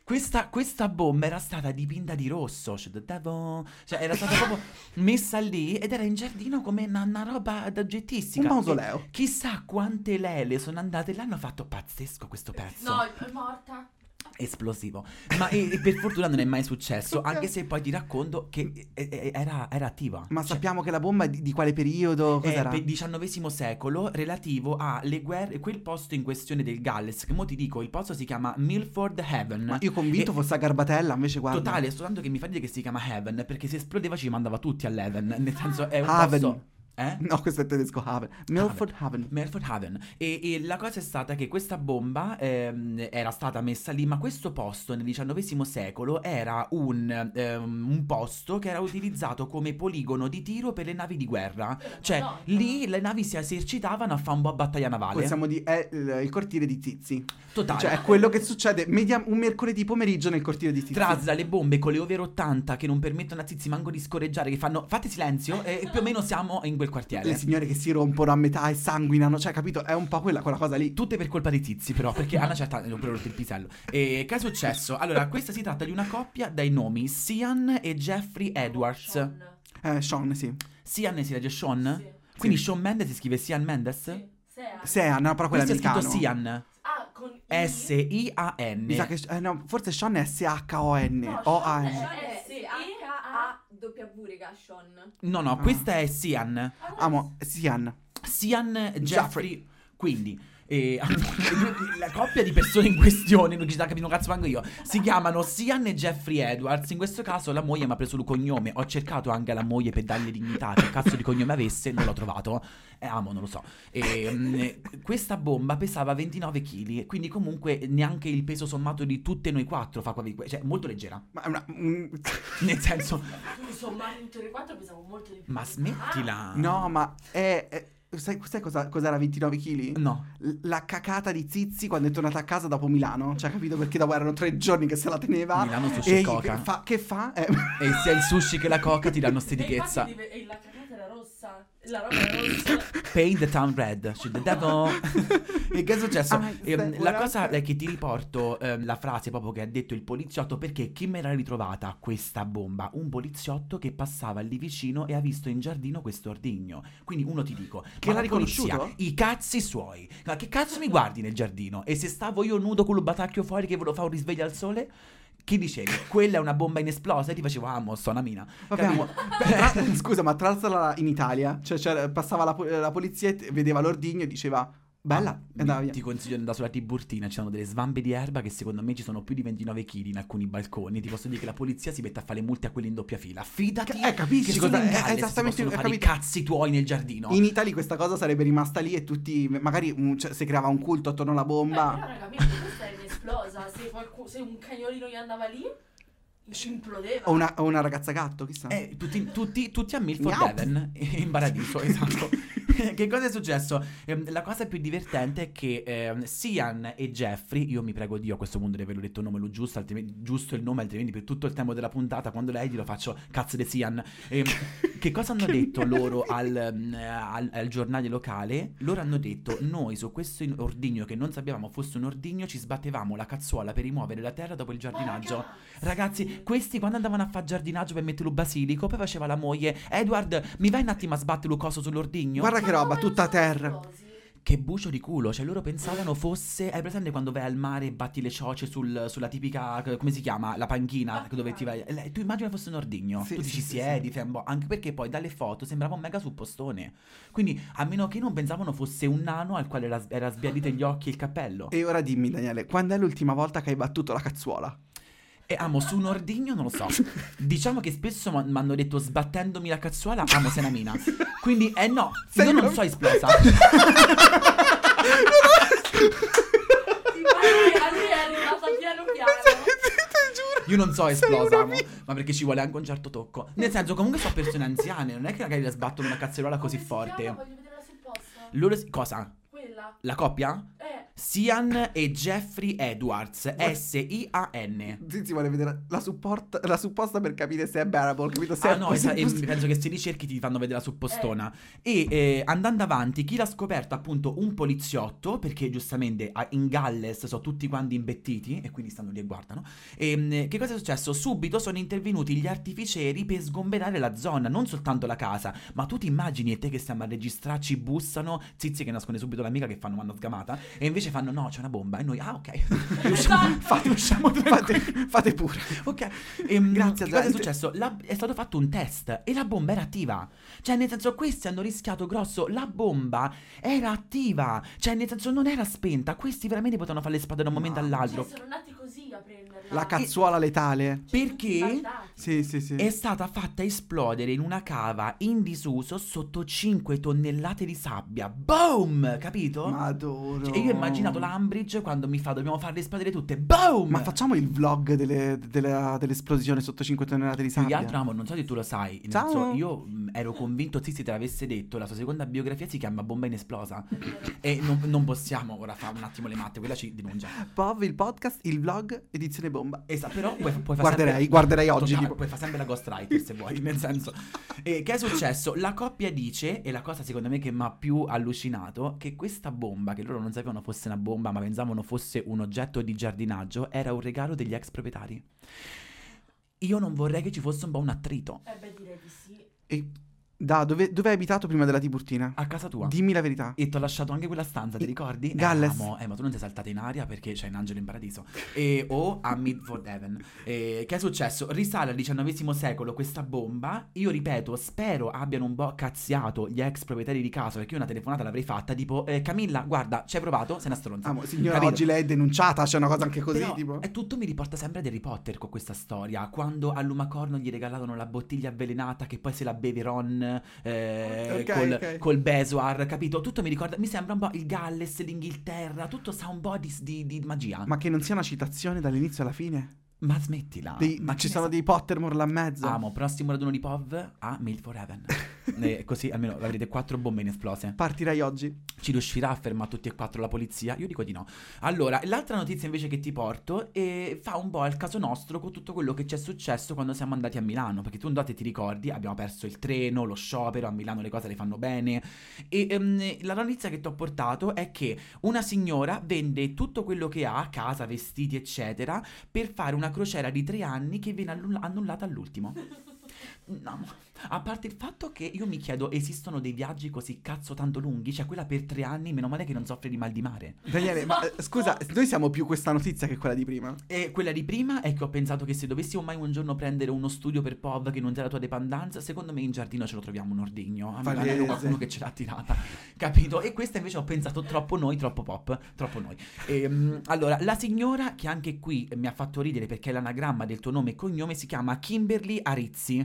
Speaker 2: Questa, questa bomba era stata dipinta di rosso, cioè, the devil- cioè, era stata proprio messa lì ed era in giardino come una, una roba d'oggettistica.
Speaker 1: Un mausoleo.
Speaker 2: E Chissà quante lele sono andate là, hanno fatto pazzesco questo pezzo
Speaker 3: No, è morta.
Speaker 2: esplosivo. Ma e- e per fortuna non è mai successo,
Speaker 1: Ok.
Speaker 2: anche se poi ti racconto che eh, eh, era, era Cioè, attiva.
Speaker 1: Ma sappiamo che la bomba è di, di quale periodo?
Speaker 2: Era
Speaker 1: Cos'era?
Speaker 2: del XIX secolo relativo alle guerre, quel posto in questione del Galles, che mo ti dico, il posto si chiama Milford Heaven.
Speaker 1: Ma io convinto
Speaker 2: E-
Speaker 1: fosse a Garbatella, invece guarda.
Speaker 2: eh, Totale, soltanto che mi fa dire che si chiama Heaven, perché se esplodeva ci mandava tutti all'Heaven,
Speaker 1: Ah,
Speaker 2: nel senso è un
Speaker 1: Haven.
Speaker 2: posto... Eh?
Speaker 1: No, questo è tedesco Haven. Milford Haven.
Speaker 2: Melford Haven. E, e la cosa è stata che questa bomba ehm, era stata messa lì, ma questo posto nel XIX secolo era un, ehm, un posto che era utilizzato come poligono di tiro per le navi di guerra. Cioè,
Speaker 3: Madonna.
Speaker 2: lì le navi si esercitavano a fare un po' a battaglia navale.
Speaker 1: Possiamo dire è il, il cortile di Tizi.
Speaker 2: Totale.
Speaker 1: Cioè, è quello che succede media- un mercoledì pomeriggio nel cortile di Tizi.
Speaker 2: Trazza le bombe con le over 80 che non permettono a Tizi manco di scorreggiare, che fanno fate silenzio e più o meno siamo in quel quartiere.
Speaker 1: Le signore che si rompono a metà e sanguinano, cioè, capito? È un po' quella, quella cosa lì.
Speaker 2: Tutte per colpa dei tizi, però, perché hanno certa. Ho preso il pisello. E che è successo? Allora, questa si tratta di una coppia dai nomi Sian e Jeffrey Edwards.
Speaker 3: Sean.
Speaker 1: Eh, Sean, sì.
Speaker 2: Sian si legge Sean?
Speaker 3: Sì.
Speaker 2: Quindi Sean Mendes si scrive Sian Mendes? Ah,
Speaker 3: Sì. Sea.
Speaker 1: Sean, no, però quello
Speaker 2: Questo è
Speaker 1: americano.
Speaker 2: scritto Sian.
Speaker 3: Ah, con I?
Speaker 1: Mi sa
Speaker 2: S-I-A-N.
Speaker 1: che eh, no, forse Sean è S-H-O-N.
Speaker 3: No,
Speaker 1: O-A-N.
Speaker 3: Sean
Speaker 4: Sean è
Speaker 3: Sì.
Speaker 4: H-A-W rega Sean.
Speaker 2: No,
Speaker 3: Ah,
Speaker 2: no, questa è Sian.
Speaker 3: Allora,
Speaker 1: Amo, Sian.
Speaker 2: Sian Jeffrey. Quindi. E la coppia di persone in questione, non ci sta capendo un cazzo manco io, si chiamano Sian e Jeffrey Edwards. In questo caso la moglie mi ha preso il cognome. Ho cercato anche la moglie per dargli dignità, che cazzo di cognome avesse, non l'ho trovato. Eh, amo, non lo so. E, mh, questa bomba pesava 29 kg, quindi comunque neanche il peso sommato di tutte noi quattro fa qua di que- cioè molto leggera.
Speaker 1: Ma è una- un-
Speaker 2: Nel senso,
Speaker 3: Tu sommare tutte le quattro pesavo molto di più.
Speaker 2: ma smettila.
Speaker 1: No, ma è... è- sai, sai cosa, cos'era 29 kg?
Speaker 2: No.
Speaker 1: La cacata di Zizi quando è tornata a casa dopo Milano. Cioè, capito? Perché dopo erano tre giorni che se la teneva.
Speaker 2: Milano sushi
Speaker 1: e
Speaker 2: e coca.
Speaker 1: fa- che fa? Eh,
Speaker 2: E sia il sushi che la coca ti danno
Speaker 3: Ah, E
Speaker 2: stitichezza.
Speaker 3: infatti dive- E la cagata era rossa. La roba era rossa.
Speaker 2: Paint the town red. Shoot the devil. e che è successo?
Speaker 1: Ah,
Speaker 2: Ehm,
Speaker 1: stai-
Speaker 2: la cosa è che ti riporto ehm, la frase proprio che ha detto il poliziotto perché chi me l'ha ritrovata questa bomba? Un poliziotto che passava lì vicino e ha visto in giardino questo ordigno. Quindi uno ti dico,
Speaker 1: Che
Speaker 2: ma
Speaker 1: l'ha
Speaker 2: la polizia,
Speaker 1: riconosciuto?
Speaker 2: I cazzi suoi. Ma che cazzo mi guardi nel giardino? E se stavo io nudo con lo batacchio fuori che volevo fare un risveglio al sole? Chi dicevi? Quella è una bomba inesplosa e ti facevo, amo, sto una mina.
Speaker 1: Vabbè,
Speaker 2: Capito?
Speaker 1: ma- tra- scusa, ma trattala in Italia. Cioè, c'era- passava la, po- la polizia e t- vedeva l'ordigno e diceva... Bella,
Speaker 2: Ah,
Speaker 1: e andava
Speaker 2: mi-
Speaker 1: via.
Speaker 2: Ti consiglio di andare sulla Tiburtina, ci sono delle svampe di erba che secondo me ci sono più di 29 kg in alcuni balconi. Ti posso dire che la polizia si mette a fare le multe a quelli in doppia fila. Fidati,
Speaker 1: Eh, capisci
Speaker 2: che
Speaker 1: cosa-
Speaker 2: sono in
Speaker 1: eh,
Speaker 2: Galles, si
Speaker 1: esattamente,
Speaker 2: possono
Speaker 1: eh,
Speaker 2: fare i
Speaker 1: capito.
Speaker 2: cazzi tuoi nel giardino.
Speaker 1: In Italia questa cosa sarebbe rimasta lì e tutti... Magari mm, cioè, si creava un culto attorno alla
Speaker 3: Ma
Speaker 1: bomba.
Speaker 3: però raga, mentre questa era inesplosa. Se, qualcu- se un cagnolino gli andava lì, ci implodeva.
Speaker 2: Oh,
Speaker 1: O una, o una ragazza gatto, chissà.
Speaker 2: Eh, tutti, tutti- tutti a Milford
Speaker 1: Miau.
Speaker 2: Haven in paradiso, esatto. che cosa è successo? Ehm, La cosa più divertente è che ehm, Sian e Jeffrey, io mi prego Dio a questo punto di averlo detto il nome lo giusto, altrimenti, giusto il nome, altrimenti per tutto il tempo della puntata, quando lei glielo faccio cazzo di Sian. Ehm, che cosa hanno detto loro al, ehm, al- al giornale locale? Loro hanno detto: Noi su questo in- ordigno che non sapevamo fosse un ordigno, ci sbattevamo la cazzuola per rimuovere la terra dopo il giardinaggio. Ragazzi, questi quando andavano a fare giardinaggio per mettere lo basilico, poi faceva la moglie, Edward, mi vai un attimo a sbattere lo coso sull'ordigno?
Speaker 1: Guarda che roba, tutta a terra.
Speaker 2: Che bucio di culo, cioè loro pensavano fosse, hai presente quando vai al mare e batti le cioce sul- sulla tipica, c- come si chiama, la panchina, dove ti vai, Eh, tu immagina fosse un ordigno,
Speaker 1: Ah, Sì,
Speaker 2: tu eh, ti
Speaker 1: sì,
Speaker 2: ci
Speaker 1: sì,
Speaker 2: siedi, fai un bo- boh, anche perché poi dalle foto sembrava un mega suppostone, quindi a meno che non pensavano fosse un nano al quale era, era sbiadito gli occhi e il cappello, e,
Speaker 1: E ora dimmi, Daniele, quando è l'ultima volta che hai battuto la cazzuola?
Speaker 2: amo su un ordigno non lo so, diciamo che spesso mi hanno detto sbattendomi la cazzuola, amo sei una mina, quindi eh no,
Speaker 1: Sei
Speaker 2: io
Speaker 1: una-
Speaker 2: non so esplosa,
Speaker 3: Sì, ma a lui è arrivata piano
Speaker 1: Cioè,
Speaker 3: piano.
Speaker 2: Io non so
Speaker 1: Sei
Speaker 2: esplosa,
Speaker 1: una
Speaker 2: amo, ma perché ci vuole anche un certo tocco. Nel senso, comunque sono persone anziane, non è che magari la sbattono una cazzeruola così
Speaker 3: Come si chiama?
Speaker 2: forte.
Speaker 3: Voglio vedere la supposta.
Speaker 2: Loro si- cosa?
Speaker 3: Quella.
Speaker 2: La coppia?
Speaker 3: Eh.
Speaker 2: Sian e Jeffrey Edwards, S-I-A-N.
Speaker 1: Zizi vuole vedere la, support- la supposta per capire se è bearable, capito? Se
Speaker 2: Ah
Speaker 1: è
Speaker 2: no, esa- e
Speaker 1: possibile.
Speaker 2: penso che se li cerchi ti fanno vedere la suppostona. E eh, andando avanti, chi l'ha scoperta? Appunto un poliziotto, perché giustamente a- in Galles sono tutti quanti imbettiti e quindi stanno lì e guardano. E, mh, che cosa è successo? Subito sono intervenuti gli artificieri per sgomberare la zona, non soltanto la casa, ma tu ti immagini e te che stiamo a registrarci, bussano, zizi che nasconde subito l'amica che fanno mano sgamata e invece fanno no, c'è una bomba e noi ah ok,
Speaker 4: Esatto.
Speaker 2: usciamo, fate usciamo
Speaker 1: Fate, fate pure.
Speaker 2: Ok, ehm,
Speaker 1: Grazie,
Speaker 2: che cosa è
Speaker 1: gente.
Speaker 2: successo? La- è stato fatto un test e la bomba era attiva. Cioè, nel senso, questi hanno rischiato grosso. La bomba era attiva. Cioè, nel senso, non era spenta. Questi veramente potevano fare le spade da un momento
Speaker 1: Ma-
Speaker 3: Cioè,
Speaker 2: all'altro.
Speaker 3: sono nati così a prenderla.
Speaker 1: La cazzuola letale.
Speaker 3: Cioè,
Speaker 2: Perché?
Speaker 3: tutti bardati.
Speaker 1: Sì, sì, sì.
Speaker 2: È stata fatta esplodere in una cava in disuso sotto 5 tonnellate di sabbia. Boom! Capito?
Speaker 1: Ma adoro.
Speaker 2: Cioè, io ho immaginato l'Ambridge quando mi fa dobbiamo farle esplodere tutte. Boom!
Speaker 1: Ma facciamo il vlog delle, della- dell'esplosione sotto 5 tonnellate di
Speaker 2: Più che
Speaker 1: sabbia.
Speaker 2: altro, Amon, non so se tu lo sai. nel
Speaker 1: Ciao.
Speaker 2: senso, io mh, ero convinto Tizi te l'avesse detto. La sua seconda biografia si chiama Bomba inesplosa. e non, non possiamo ora fare un attimo le matte, quella ci denuncia.
Speaker 1: Pov, il podcast, il vlog, edizione bomba.
Speaker 2: Esatto, però puoi, puoi fare
Speaker 1: Guarderei,
Speaker 2: sempre-
Speaker 1: guarderei oggi,
Speaker 2: Totale,
Speaker 1: tipo.
Speaker 2: Puoi fare sempre la ghostwriter se vuoi, nel senso. E che è successo? La coppia dice, e la cosa secondo me che mi ha più allucinato, che questa bomba, che loro non sapevano fosse una bomba, ma pensavano fosse un oggetto di giardinaggio, era un regalo degli ex proprietari. Io non vorrei che ci fosse un po' un attrito.
Speaker 3: Eh beh, direi di sì.
Speaker 1: E Da, dove, dove hai abitato prima della Tiburtina?
Speaker 2: A casa tua.
Speaker 1: Dimmi la verità.
Speaker 2: E ti ho lasciato anche quella stanza, ti ricordi?
Speaker 1: Galles.
Speaker 2: Eravamo- Eh, ma tu non sei saltata in aria perché c'è un angelo in paradiso. E, o a Midford Heaven. E, che è successo? Risale al XIX secolo questa bomba. Io ripeto, spero abbiano un po' cazziato gli ex proprietari di casa perché io una telefonata l'avrei fatta tipo eh, Camilla, guarda, ci hai provato, sei una stronza.
Speaker 1: Ah, mo, signora,
Speaker 2: Capito?
Speaker 1: oggi lei è denunciata, c'è una cosa anche così,
Speaker 2: Però,
Speaker 1: tipo.
Speaker 2: E tutto mi riporta sempre ad Harry Potter con questa storia. Quando a Lumacorno gli regalavano la bottiglia avvelenata che poi se la beve Ron eh,
Speaker 1: Ok,
Speaker 2: col,
Speaker 1: ok.
Speaker 2: col Besoar, capito? Tutto mi ricorda, mi sembra un po' il Galles, l'Inghilterra, tutto sa un po' di, di- di magia. Ma,
Speaker 1: Ma che non sia una citazione dall'inizio alla fine?
Speaker 2: smettila.
Speaker 1: Dei-
Speaker 2: Ah, ma
Speaker 1: ci
Speaker 2: che ne
Speaker 1: sono
Speaker 2: sa- Ah.
Speaker 1: dei Pottermore là in mezzo.
Speaker 2: Amo, prossimo raduno di POV a Mail for Heaven. Eh, così almeno avrete quattro bombe inesplose.
Speaker 1: Partirai oggi.
Speaker 2: Ci riuscirà a fermare tutti e quattro la polizia? Io dico di no. Allora, l'altra notizia invece che ti porto eh, fa un po' il caso nostro con tutto quello che ci è successo quando siamo andati a Milano. Perché tu andate ti ricordi, abbiamo perso il treno, lo sciopero, a Milano le cose le fanno bene. E ehm, la notizia che ti ho portato è che una signora vende tutto quello che ha, casa, vestiti, eccetera, per fare una crociera di tre anni che viene allu- annullata all'ultimo. No, mo- a parte il fatto che io mi chiedo, esistono dei viaggi così cazzo tanto lunghi? Cioè, quella per tre anni, meno male che non soffre di mal di mare.
Speaker 1: Daniele, ma eh, scusa, noi siamo più questa notizia che quella di prima.
Speaker 2: E quella di prima è che ho pensato che se dovessimo mai un giorno prendere uno studio per POV che non sia la tua dependenza, secondo me in giardino ce lo troviamo un ordigno. A Milano
Speaker 1: Palese.
Speaker 2: qualcuno che ce l'ha tirata, capito? E questa invece ho pensato troppo noi, troppo pop, troppo noi. Ehm, allora, la signora che anche qui mi ha fatto ridere perché è l'anagramma del tuo nome e cognome si chiama Kimberly Arizzi.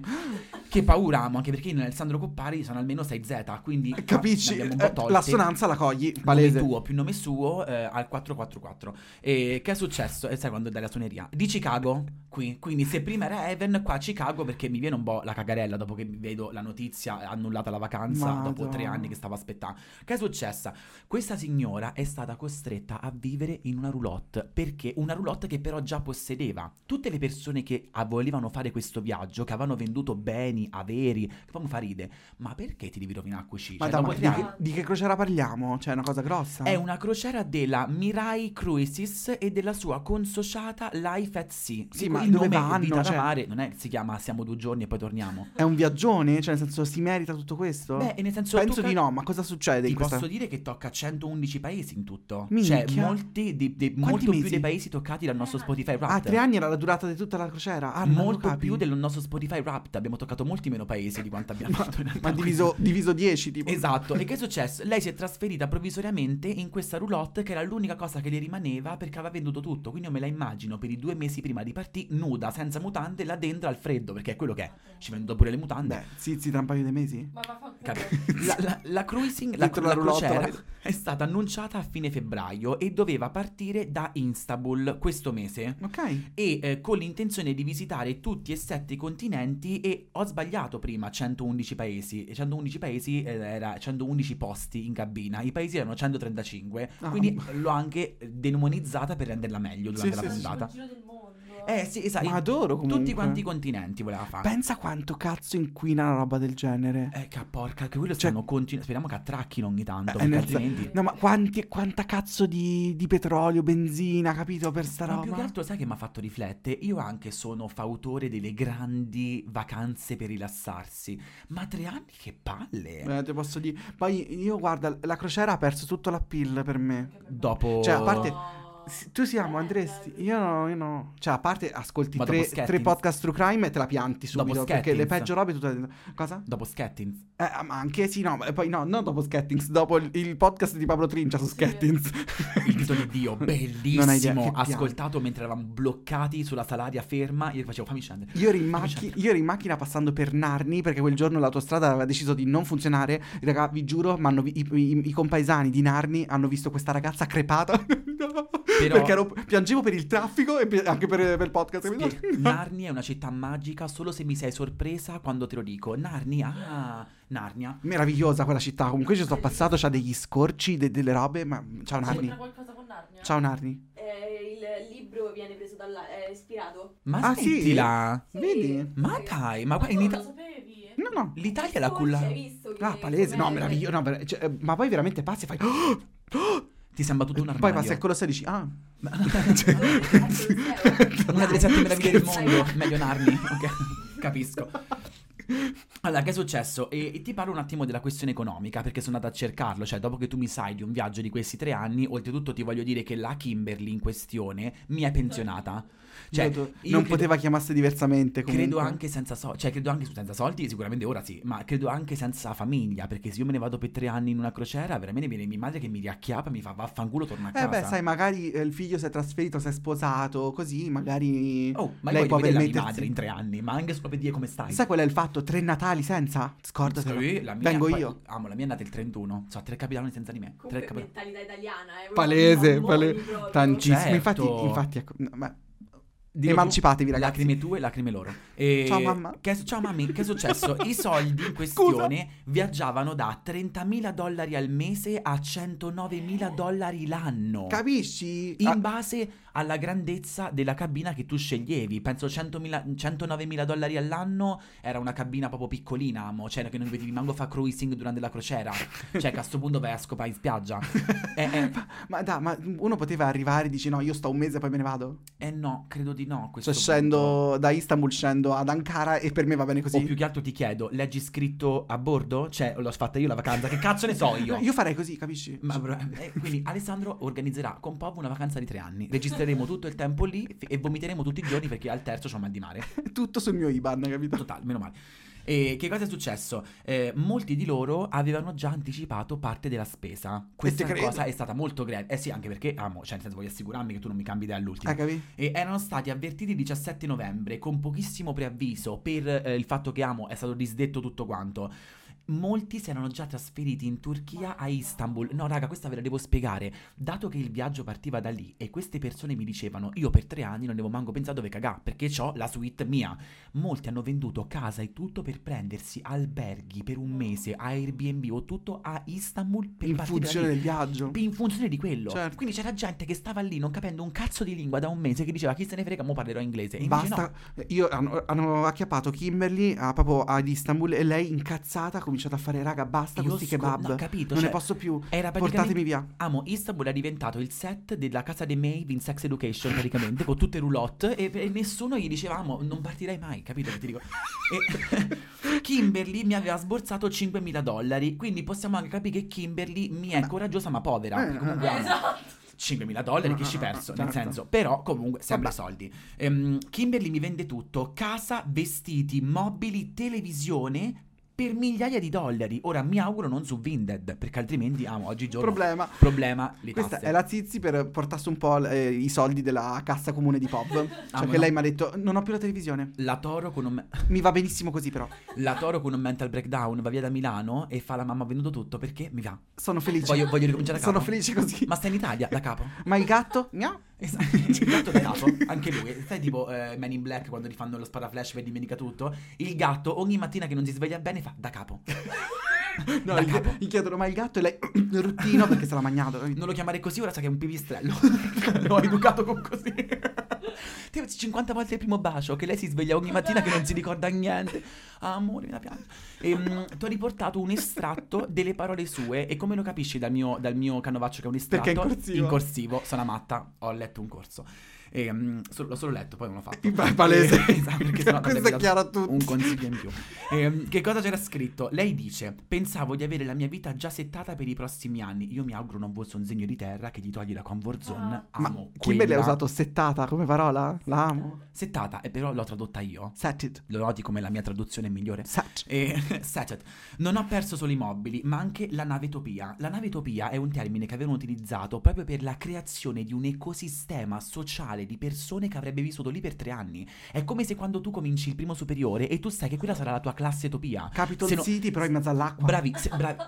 Speaker 2: Che paura amo, anche perché in Alessandro Coppari sono almeno 6Z, quindi...
Speaker 1: Capisci?
Speaker 2: ne abbiamo un po'
Speaker 1: Eh,
Speaker 2: tolte.
Speaker 1: L'assonanza la cogli,
Speaker 2: Palese.
Speaker 1: palese.
Speaker 2: Nome tuo più nome suo eh, al 444. E che è successo? E sai quando dai la suoneria? Di Chicago, qui. Quindi se prima era Even, qua a Chicago perché mi viene un po' la cagarella dopo che vedo la notizia eh, annullata la vacanza dopo
Speaker 1: Madonna.
Speaker 2: tre anni che stavo aspettando. Che è successa? Questa signora è stata costretta a vivere in una roulotte perché una roulotte che però già possedeva. Tutte le persone che ah, volevano fare questo viaggio, che avevano venduto beni, averi, che poi mi fa ridere, ma perché ti devi rovinare a cucina?
Speaker 1: Ma, da-
Speaker 2: Cioè, dopo
Speaker 1: ma
Speaker 2: tre
Speaker 1: di,
Speaker 2: anni-
Speaker 1: che, di che crociera parliamo? Cioè, è una cosa grossa.
Speaker 2: è una crociera della Mirai Cruises e della sua consociata Life at Sea.
Speaker 1: Sì,
Speaker 2: Il
Speaker 1: ma
Speaker 2: cui
Speaker 1: dove
Speaker 2: nome è
Speaker 1: vanno,
Speaker 2: Vita da
Speaker 1: cioè?
Speaker 2: mare, non è che si chiama Siamo due giorni e poi torniamo.
Speaker 1: È un viaggione? Cioè, nel senso, si merita tutto questo?
Speaker 2: Beh, e nel senso
Speaker 1: Penso
Speaker 2: tu ca-
Speaker 1: di no, ma cosa succede
Speaker 2: Ti
Speaker 1: in questa...
Speaker 2: posso dire che tocca 111 paesi in tutto. Cioè,
Speaker 1: Minchia.
Speaker 2: molti di- di- molto più
Speaker 1: mesi?
Speaker 2: dei paesi toccati dal nostro Spotify Wrapped.
Speaker 1: Ah, tre anni era la durata di tutta la crociera? Ah, non lo
Speaker 2: molto
Speaker 1: capi.
Speaker 2: più del nostro Spotify Wrapped. Abbiamo toccato molti meno paesi di quanto abbiamo fatto in realtà.
Speaker 1: Ma diviso, diviso 10, tipo.
Speaker 2: Esatto, e che è successo? Lei si è trasferita provvisoriamente in questa roulotte che era l'unica cosa che le rimaneva perché aveva venduto tutto, quindi io me la immagino per i due mesi prima di partire nuda, senza mutande, là dentro al freddo, perché è quello che è, ci vendono pure le mutande.
Speaker 1: Beh, sì, sì, tra un paio di mesi.
Speaker 3: Ma vaffanculo. Cioè,
Speaker 2: Cap- La, la- la cruising, la,
Speaker 1: Dentro
Speaker 2: la
Speaker 1: la roulotte,
Speaker 2: crociera
Speaker 1: la-
Speaker 2: è stata annunciata a fine febbraio e doveva partire da Istanbul questo mese
Speaker 1: Ok.
Speaker 2: e eh, con l'intenzione di visitare tutti e sette i continenti e ho sbagliato prima 111 paesi E 111 paesi eh, era 111 posti in cabina i paesi erano 135
Speaker 1: Ah.
Speaker 2: quindi l'ho anche eh, demonizzata per renderla meglio durante
Speaker 1: Sì,
Speaker 2: la
Speaker 1: sì, sì.
Speaker 2: puntata
Speaker 3: Il giro del mondo.
Speaker 2: eh sì esatto
Speaker 1: Ma adoro comunque.
Speaker 2: tutti quanti i continenti voleva fare
Speaker 1: Pensa quanto cazzo inquina una roba del genere.
Speaker 2: Ah. eh che porca che quello
Speaker 1: Cioè-
Speaker 2: stanno continu- speriamo che attracchino ogni tanto
Speaker 1: Eh,
Speaker 2: perché
Speaker 1: nel sen-
Speaker 2: altrimenti
Speaker 1: No, ma quanti, quanta cazzo di, di petrolio, benzina, capito, per sta
Speaker 2: Ma più che
Speaker 1: roba?
Speaker 2: altro sai che mi ha fatto riflettere? Io anche sono fautore delle grandi vacanze per rilassarsi. Ma tre anni che palle!
Speaker 1: Eh, te posso dire. Poi io, guarda, la crociera ha perso tutto l'appeal per me.
Speaker 3: Che bello.
Speaker 2: Dopo...
Speaker 1: Cioè, a parte-
Speaker 3: No.
Speaker 1: S- Tu siamo,
Speaker 3: Eh,
Speaker 1: andresti?
Speaker 3: bello.
Speaker 1: Io no, io no. Cioè, a parte ascolti
Speaker 2: Ma dopo
Speaker 1: tre,
Speaker 2: Schettins?
Speaker 1: tre podcast true crime e te la pianti
Speaker 2: Dopo
Speaker 1: subito. Perché le
Speaker 2: Schettins?
Speaker 1: peggio robe tu te le- Cosa?
Speaker 2: Dopo Skettins.
Speaker 1: Eh, ma anche sì, no, ma poi no, non dopo Skettings, dopo il, il podcast di Pablo Trincia su
Speaker 3: Sì.
Speaker 1: Skettings.
Speaker 2: Il titolo di Dio,
Speaker 1: Non hai idea,
Speaker 2: bellissimo.
Speaker 1: che piano.
Speaker 2: Ascoltato mentre eravamo bloccati sulla salaria ferma. Io facevo, fammi scendere.
Speaker 1: Io ero, in
Speaker 2: Fammi
Speaker 1: macchi-
Speaker 2: scendere.
Speaker 1: io ero in macchina passando per Narni perché quel giorno l'autostrada aveva deciso di non funzionare. Raga, vi giuro, ma hanno vi- i, i- i compaesani di Narni hanno visto questa ragazza crepata. No, Perché ero- piangevo per il traffico e pe- anche per, per il podcast. capito?
Speaker 2: Spie- Narni è una città magica solo se mi sei sorpresa quando te lo dico. Narni, ah, Narnia.
Speaker 1: Meravigliosa quella città. Comunque ci sono passato, c'ha degli scorci, de- delle robe. Ma ciao
Speaker 3: C'entra
Speaker 1: Narni.
Speaker 3: qualcosa con Narnia?
Speaker 1: Ciao Narni.
Speaker 4: Eh, il libro viene preso dalla. è ispirato.
Speaker 2: Ma
Speaker 1: Ah, sì?
Speaker 2: smettila.
Speaker 4: Sì.
Speaker 1: Vedi?
Speaker 2: Ma dai, ma
Speaker 3: Ma
Speaker 2: poi in
Speaker 3: tu
Speaker 2: Ita-
Speaker 3: lo sapevi?
Speaker 1: No, no.
Speaker 2: l'Italia è la culla...
Speaker 4: Hai visto che-
Speaker 2: Eh,
Speaker 1: Ah, palese. No,
Speaker 4: com'è?
Speaker 1: meraviglioso. no, ver- cioè, eh, ma poi veramente passi e fai.
Speaker 2: Ti sembra tutto un armadio.
Speaker 1: Poi passi al Colosseo e dici: Ah,
Speaker 4: Cioè-
Speaker 2: Una delle sette meraviglie del
Speaker 1: Scherzo.
Speaker 2: mondo, meglio Narni, ok? Capisco. Allora, che è successo? E, e ti parlo un attimo della questione economica, perché sono andata a cercarlo, cioè dopo che tu mi sai di un viaggio di questi tre anni, oltretutto ti voglio dire che la Kimberly in questione mi è pensionata. Cioè,
Speaker 1: Credo-
Speaker 2: io
Speaker 1: non
Speaker 2: credo-
Speaker 1: poteva chiamarsi diversamente. Eh, Comunque.
Speaker 2: Credo anche senza soldi, cioè credo anche su- senza soldi, sicuramente ora sì, ma credo anche senza famiglia, perché se io me ne vado per tre anni in una crociera, veramente viene mia madre che mi riacchiappa e mi fa vaffanculo, torna a casa.
Speaker 1: Eh beh, sai, magari eh, il figlio si è trasferito, si è sposato, così magari...
Speaker 2: Oh, ma
Speaker 1: lei
Speaker 2: lei
Speaker 1: può
Speaker 2: può vedere la mia
Speaker 1: permettersi-
Speaker 2: madre in tre anni, ma anche solo per dire come stai.
Speaker 1: Sai qual è il fatto? Tre Natali senza? Scordatelo.
Speaker 2: Sì, la mia-
Speaker 1: Vengo
Speaker 2: poi-
Speaker 1: io.
Speaker 2: Amo, la mia è nata il 31. So, tre capitani senza di me. Tre
Speaker 4: Comunque
Speaker 2: capitani.
Speaker 4: mentalità italiana, eh,
Speaker 1: Palese,
Speaker 4: proprio
Speaker 1: pale-
Speaker 4: buoni proprio.
Speaker 1: Tantissimo.
Speaker 2: Certo.
Speaker 1: Infatti, infatti, ecco, no, ma-
Speaker 2: Dillo tu,
Speaker 1: emancipatevi, ragazzi.
Speaker 2: Lacrime tue, lacrime loro. E-
Speaker 1: Ciao, mamma.
Speaker 2: Che, ciao mamma, che è successo? I soldi in questione viaggiavano da 30.000 dollari al mese a 109.000 dollari l'anno.
Speaker 1: Capisci?
Speaker 2: in
Speaker 1: Ah,
Speaker 2: base alla grandezza della cabina che tu sceglievi, penso 100.000 109.000 dollari all'anno era una cabina proprio piccolina, amo, cioè che non vedevi manco fa cruising durante la crociera, cioè che a sto punto vai a scopare in spiaggia. Eh, eh,
Speaker 1: Ah, ma dai, ma uno poteva arrivare e dici no, io sto un mese e poi me ne vado.
Speaker 2: eh no, credo di no. a questo
Speaker 1: Cioè,
Speaker 2: punto.
Speaker 1: scendo da Istanbul, scendo ad Ankara e per me va bene così.
Speaker 2: O più che altro ti chiedo, leggi scritto a bordo? Cioè, l'ho fatta io la vacanza, che cazzo ne so io?
Speaker 1: No, Io farei così, capisci?
Speaker 2: Ma bro- eh, quindi Alessandro organizzerà con Pov una vacanza di tre anni. Registreremo tutto il tempo lì e vomiteremo tutti i giorni perché al terzo c'ho mal di mare.
Speaker 1: Tutto sul mio IBAN, capito?
Speaker 2: Totale, meno male. E che cosa è successo? Eh, molti di loro avevano già anticipato parte della spesa. Questa
Speaker 1: te credo.
Speaker 2: cosa è stata molto grave. Eh sì, anche perché amo, cioè, nel senso, voglio assicurarmi che tu non mi cambi idea all'ultimo.
Speaker 1: Ah, capi?
Speaker 2: E erano stati avvertiti il 17 novembre con pochissimo preavviso per eh, il fatto che Amo è stato disdetto tutto quanto. Molti si erano già trasferiti in Turchia a Istanbul. No, raga, questa ve la devo spiegare. Dato che il viaggio partiva da lì e queste persone mi dicevano: Io per tre anni non avevo manco pensato dove cagà, perché ho la suite mia. Molti hanno venduto casa e tutto per prendersi alberghi per un mese, Airbnb o tutto a Istanbul per
Speaker 1: In
Speaker 2: partire da
Speaker 1: funzione
Speaker 2: lì.
Speaker 1: del viaggio.
Speaker 2: In funzione di quello.
Speaker 1: Certo.
Speaker 2: Quindi c'era gente che stava lì non capendo un cazzo di lingua da un mese che diceva chi se ne frega, mo parlerò inglese. E invece
Speaker 1: Basta, io hanno, hanno acchiappato Kimberly a- proprio ad Istanbul e lei incazzata ha cominciato a fare raga basta
Speaker 2: no.
Speaker 1: con questi
Speaker 2: Io sco-
Speaker 1: kebab.
Speaker 2: no, capito,
Speaker 1: non
Speaker 2: cioè,
Speaker 1: ne posso più.
Speaker 2: Era
Speaker 1: Portatemi
Speaker 2: praticamente
Speaker 1: via.
Speaker 2: Amo, Istanbul è diventato il set della casa dei Maeve in Sex Education praticamente, con tutte roulotte e, e nessuno gli diceva Amo, non partirei mai, capito che ti dico? E Kimberly mi aveva sborsato 5.000 dollari, quindi possiamo anche capire che Kimberly mi è coraggiosa ma povera.
Speaker 1: Eh,
Speaker 2: perché comunque
Speaker 1: eh,
Speaker 2: Amo-
Speaker 3: Esatto.
Speaker 2: 5.000 dollari che ci perso, nel
Speaker 1: Certo.
Speaker 2: senso, però comunque sempre
Speaker 1: Vabbè.
Speaker 2: soldi. Ehm, Kimberly mi vende tutto, casa, vestiti, mobili, televisione per migliaia di dollari. Ora mi auguro non su Vinted, perché altrimenti amo oggigiorno
Speaker 1: Problema.
Speaker 2: problema le
Speaker 1: Questa
Speaker 2: tasse.
Speaker 1: è la Zizi per portarsi un po' eh, i soldi della cassa comune di Pop. Cioè
Speaker 2: Ah, ma
Speaker 1: che
Speaker 2: no.
Speaker 1: lei mi ha detto non ho più la televisione.
Speaker 2: La Toro con un me-
Speaker 1: Mi va benissimo così però.
Speaker 2: la Toro con un mental breakdown va via da Milano e fa la mamma ha venduto tutto perché mi va.
Speaker 1: Sono felice.
Speaker 2: Voglio, voglio ricominciare da capo.
Speaker 1: Sono felice così. Ma,
Speaker 2: Ma stai in Italia, da capo?
Speaker 1: il gatto? No.
Speaker 2: Esatto, il gatto da capo, anche lui, sai tipo eh, Men in Black quando rifanno lo sparaflash per dimentica tutto, il gatto ogni mattina che non si sveglia bene fa da capo.
Speaker 1: No,
Speaker 2: Da
Speaker 1: gli,
Speaker 2: capo.
Speaker 1: gli chiedono ma il gatto e lei il ruttino perché se l'ha magnato. capito?
Speaker 2: Non lo chiamare così, ora sa che è un pipistrello. L'ho educato con così. Tipo 50 volte il primo bacio, che lei si sveglia ogni mattina che non si ricorda niente. Ah, amore, mi la piange. Ti ho riportato un estratto delle parole sue e come lo capisci dal mio, dal mio canovaccio che è un estratto...
Speaker 1: Perché è in corsivo.
Speaker 2: In corsivo, sono una matta, ho letto un corso. E, mm, so- l'ho solo letto, poi non l'ho fatto.
Speaker 1: È palese.
Speaker 2: Eh, esatto, perché sennò
Speaker 1: Questo è
Speaker 2: avrebbe dato
Speaker 1: chiaro a tutti.
Speaker 2: Un consiglio in più. Ehm, che cosa c'era scritto? Lei dice: Pensavo di avere la mia vita già settata per i prossimi anni. Io mi auguro non fosse un segno di terra che gli togli la comfort zone.
Speaker 1: Ma
Speaker 2: Amo
Speaker 1: Kimberly ha
Speaker 2: quella-
Speaker 1: usato settata come parola? La amo.
Speaker 2: Settata, e però l'ho tradotta io.
Speaker 1: Set it.
Speaker 2: Lo noti come la mia traduzione è migliore?
Speaker 1: Set.
Speaker 2: E Sachet, non ho perso solo i mobili, ma anche la navetopia. La navetopia è un termine che avevano utilizzato proprio per la creazione di un ecosistema sociale di persone che avrebbe vissuto lì per tre anni. È come se quando tu cominci il primo superiore e tu sai che quella sarà la tua classe topia.
Speaker 1: Capitol
Speaker 2: Se no-
Speaker 1: City però in mezzo all'acqua.
Speaker 2: Bravi, se- bravi.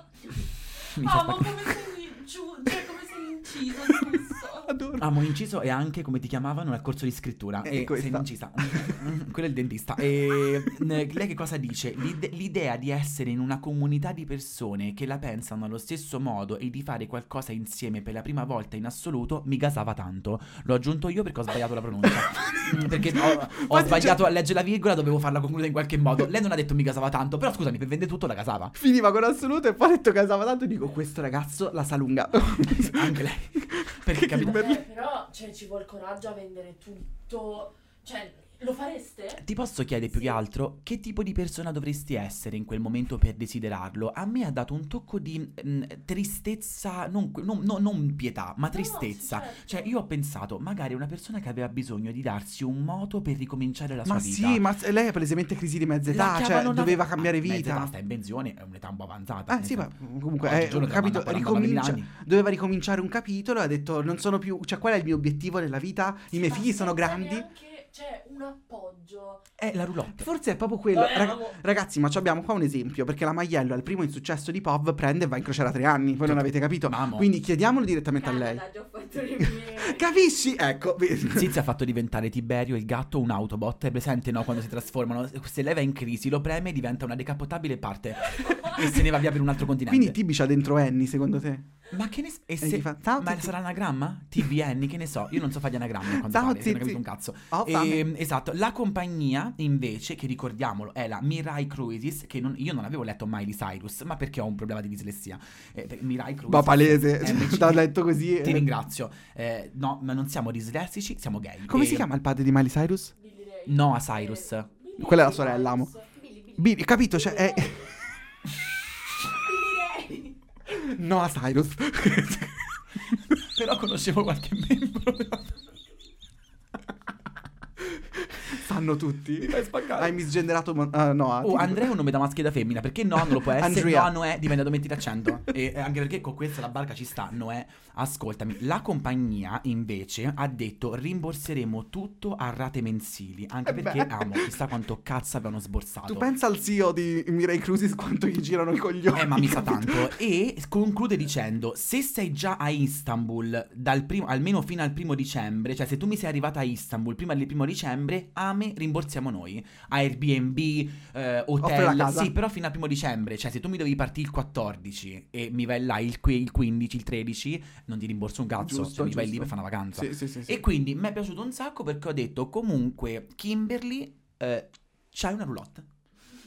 Speaker 2: Mi fa
Speaker 3: Ah, ma
Speaker 2: spaccare.
Speaker 3: come sei giù, cioè come sei inciso spesso.
Speaker 1: Adoro.
Speaker 2: Amo inciso e anche come ti chiamavano al corso di scrittura.
Speaker 1: Eh,
Speaker 2: E
Speaker 1: questa.
Speaker 2: sei incisa. Quello è il dentista. E n- lei che cosa dice? L'ide- l'idea di essere in una comunità di persone che la pensano allo stesso modo e di fare qualcosa insieme per la prima volta in assoluto mi gasava tanto. L'ho aggiunto io perché ho sbagliato la pronuncia. Mm, perché ho, ho
Speaker 1: Ma
Speaker 2: sbagliato a leggere la virgola, dovevo farla conclusa in qualche modo. Lei non ha detto mi gasava tanto, però scusami, per vendere tutto la gasava.
Speaker 1: Finiva con assoluto e poi ha detto casava tanto dico Oh, questo ragazzo la sa lunga.
Speaker 2: Anche lei. Perché capita-
Speaker 1: Kimberly.
Speaker 3: Eh, però cioè, ci vuole coraggio a vendere tutto. Cioè, Lo fareste?
Speaker 2: Ti posso chiedere più
Speaker 3: Sì.
Speaker 2: che altro che tipo di persona dovresti essere in quel momento per desiderarlo? A me ha dato un tocco di mm, tristezza, non, non- non- non pietà, ma tristezza.
Speaker 3: sì, certo.
Speaker 2: Cioè, io ho pensato, magari una persona che aveva bisogno di darsi un moto per ricominciare la
Speaker 1: Ma
Speaker 2: sua vita.
Speaker 1: sì, ma s- lei è palesemente crisi di mezza
Speaker 2: La
Speaker 1: età, cioè
Speaker 2: chiamano una-
Speaker 1: doveva
Speaker 2: Ah,
Speaker 1: cambiare
Speaker 2: mezza Esatto. età,
Speaker 1: vita.
Speaker 2: sta in benzione, è un'età un po' avanzata.
Speaker 1: Ah
Speaker 2: nel
Speaker 1: sì, ma
Speaker 2: senso-
Speaker 1: comunque, eh,
Speaker 2: Oggigiorno
Speaker 1: capito,
Speaker 2: 40, 40,
Speaker 1: ricomincia,
Speaker 2: 40 anni.
Speaker 1: doveva ricominciare un capitolo e ha detto non sono più, cioè qual è il mio obiettivo nella vita? I miei
Speaker 3: Ma
Speaker 1: figli sono
Speaker 3: senza
Speaker 1: grandi?
Speaker 3: Neanche, cioè, un appoggio.
Speaker 2: È la roulotte.
Speaker 1: Forse è proprio quello.
Speaker 3: Eh,
Speaker 1: Rag-
Speaker 3: amo.
Speaker 1: ragazzi, ma ci abbiamo qua un esempio, perché la Maiello è il primo insuccesso di POV, prende e va in crociera a tre anni, voi non
Speaker 2: Tot-
Speaker 1: avete capito.
Speaker 2: Mamo.
Speaker 1: Quindi chiediamolo direttamente a lei.
Speaker 4: Canada, già ho fatto le mie.
Speaker 1: Capisci? Ecco, vedi.
Speaker 2: Zizia ha fatto diventare Tiberio il gatto un Autobot. È presente, no? Quando si trasformano. Se lei va in crisi, lo preme e diventa una decappottabile e parte. e se ne va via per un altro continente.
Speaker 1: Quindi Tibi c'ha dentro Annie, secondo te?
Speaker 2: Ma che ne s- e
Speaker 1: E gli
Speaker 2: se...
Speaker 1: fa, "Ciao,
Speaker 2: ma
Speaker 1: Tizi."
Speaker 2: sarà anagramma? TVN, che ne so, io non so fare gli anagrammi
Speaker 1: Ciao,
Speaker 2: quando pare, non ho
Speaker 1: Tizi.
Speaker 2: capito un cazzo.
Speaker 1: Ho fame.
Speaker 2: Ehm, esatto, la compagnia invece, che ricordiamolo, è la Mirai Cruises, che non- io non avevo letto Miley Cyrus, ma perché ho un problema di dislessia. Eh, per- Mirai Cruises...
Speaker 1: Ma palese,
Speaker 2: MCD.
Speaker 1: Eh, l'ha detto così.
Speaker 2: Ti
Speaker 1: eh.
Speaker 2: ringrazio. Eh, no, ma non siamo dislessici, siamo gay.
Speaker 1: Come
Speaker 2: E-
Speaker 1: si chiama il padre di Miley Cyrus?
Speaker 3: Billy Ray.
Speaker 2: No, a Cyrus.
Speaker 3: Eh, Billy
Speaker 1: Quella è la
Speaker 3: Ray
Speaker 1: sorella, amo.
Speaker 3: Cyrus.
Speaker 4: Billy, Billy.
Speaker 1: Billy, capito? Cioè, è...
Speaker 4: Billy Ray.
Speaker 1: No, a Cyrus.
Speaker 2: Però conoscevo qualche membro.
Speaker 1: Sanno tutti.
Speaker 2: fai spaccare.
Speaker 1: Hai misgenderato... mon- ah, no, a
Speaker 2: Oh,
Speaker 1: Tibi.
Speaker 2: Andrea è un nome da maschio e da femmina, perché no, non lo può essere.
Speaker 1: Andrea.
Speaker 2: No, Noè dipende da metti l'accento. e eh, anche perché con questa la barca ci sta, Noè. Ascoltami, la compagnia invece ha detto rimborseremo tutto a rate mensili, anche
Speaker 1: Eh beh.
Speaker 2: perché amo, chissà quanto cazzo avevano sborsato.
Speaker 1: Tu pensa al CEO di Mirai Cruises quanto gli girano i coglioni.
Speaker 2: Eh, ma mi sa
Speaker 1: capito?
Speaker 2: tanto. E conclude dicendo: Se sei già a Istanbul, dal primo- almeno fino al primo dicembre, cioè se tu mi sei arrivata a Istanbul prima del primo dicembre, a me rimborsiamo noi. Airbnb, eh,
Speaker 1: Offre la
Speaker 2: hotel.
Speaker 1: casa.
Speaker 2: Sì, però fino al primo dicembre, cioè se tu mi dovevi partire il 14 e mi vai là il, que- il 15, il 13, non ti rimborso un cazzo.
Speaker 1: Giusto,
Speaker 2: cioè, mi vai lì
Speaker 1: giusto.
Speaker 2: per fare una vacanza.
Speaker 1: Sì, sì, sì. sì.
Speaker 2: E quindi mi è piaciuto un sacco perché ho detto comunque Kimberly, eh, c'hai una roulotte.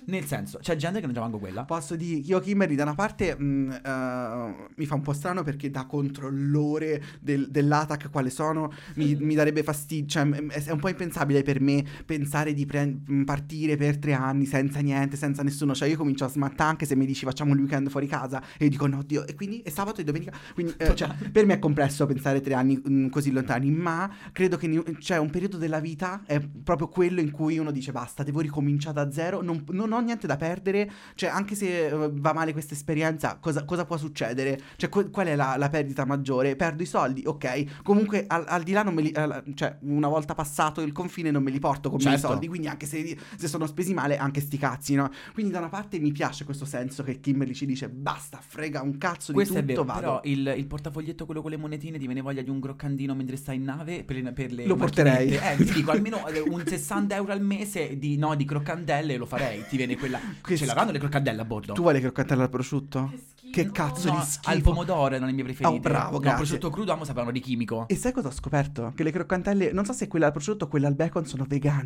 Speaker 2: Nel senso, c'è gente che non c'ha manco quella.
Speaker 1: Posso dire, io Kimberly da una parte mh, eh, mi fa un po' strano perché da controllore del- dell'ATAC quale sono mi, mi darebbe fastidio, cioè m- è è un po' impensabile per me pensare di pre- mh, partire per tre anni senza niente, senza nessuno, cioè io comincio a smattare anche se mi dici facciamo il weekend fuori casa e io dico no Dio e quindi è sabato e domenica, quindi eh, cioè, per me è complesso pensare tre anni mh, così lontani, ma credo che ni- c'è un periodo della vita, è proprio quello in cui uno dice basta, devo ricominciare da zero, non, non ho niente da perdere, cioè anche se eh, va male questa esperienza, cosa, cosa può succedere? Cioè que- qual è la, la perdita maggiore? Perdo i soldi, ok, comunque al, al di là non me li, al- cioè una volta passato il confine non me li porto con me i
Speaker 2: Certo.
Speaker 1: soldi, quindi anche se, se sono spesi male, anche sti cazzi, no? Quindi da una parte mi piace questo senso che Kimberly ci dice basta, frega un cazzo
Speaker 2: Questo
Speaker 1: di
Speaker 2: è
Speaker 1: tutto,
Speaker 2: vero,
Speaker 1: vado.
Speaker 2: però il, il portafoglietto, quello con le monetine, ti viene voglia di un groccandino mentre stai in nave per le, per le
Speaker 1: Lo porterei.
Speaker 2: macchinette. Eh, ti dico, almeno eh, un 60 euro al mese di, no, di croccandelle lo farei, ti viene quella...
Speaker 1: Che
Speaker 2: Ce
Speaker 1: schi-
Speaker 2: l'avranno le croccandelle a bordo?
Speaker 1: Tu vuoi le croccantelle al prosciutto?
Speaker 3: Che schifo.
Speaker 1: Che cazzo
Speaker 2: no,
Speaker 1: di schifo.
Speaker 2: al pomodoro erano le mie preferite.
Speaker 1: Oh, bravo,
Speaker 2: no,
Speaker 1: grazie.
Speaker 2: prosciutto crudo, amo sapevano di chimico.
Speaker 1: E sai cosa ho scoperto? Che le croccantelle, non so se quella al prosciutto o quella al bacon sono vegane.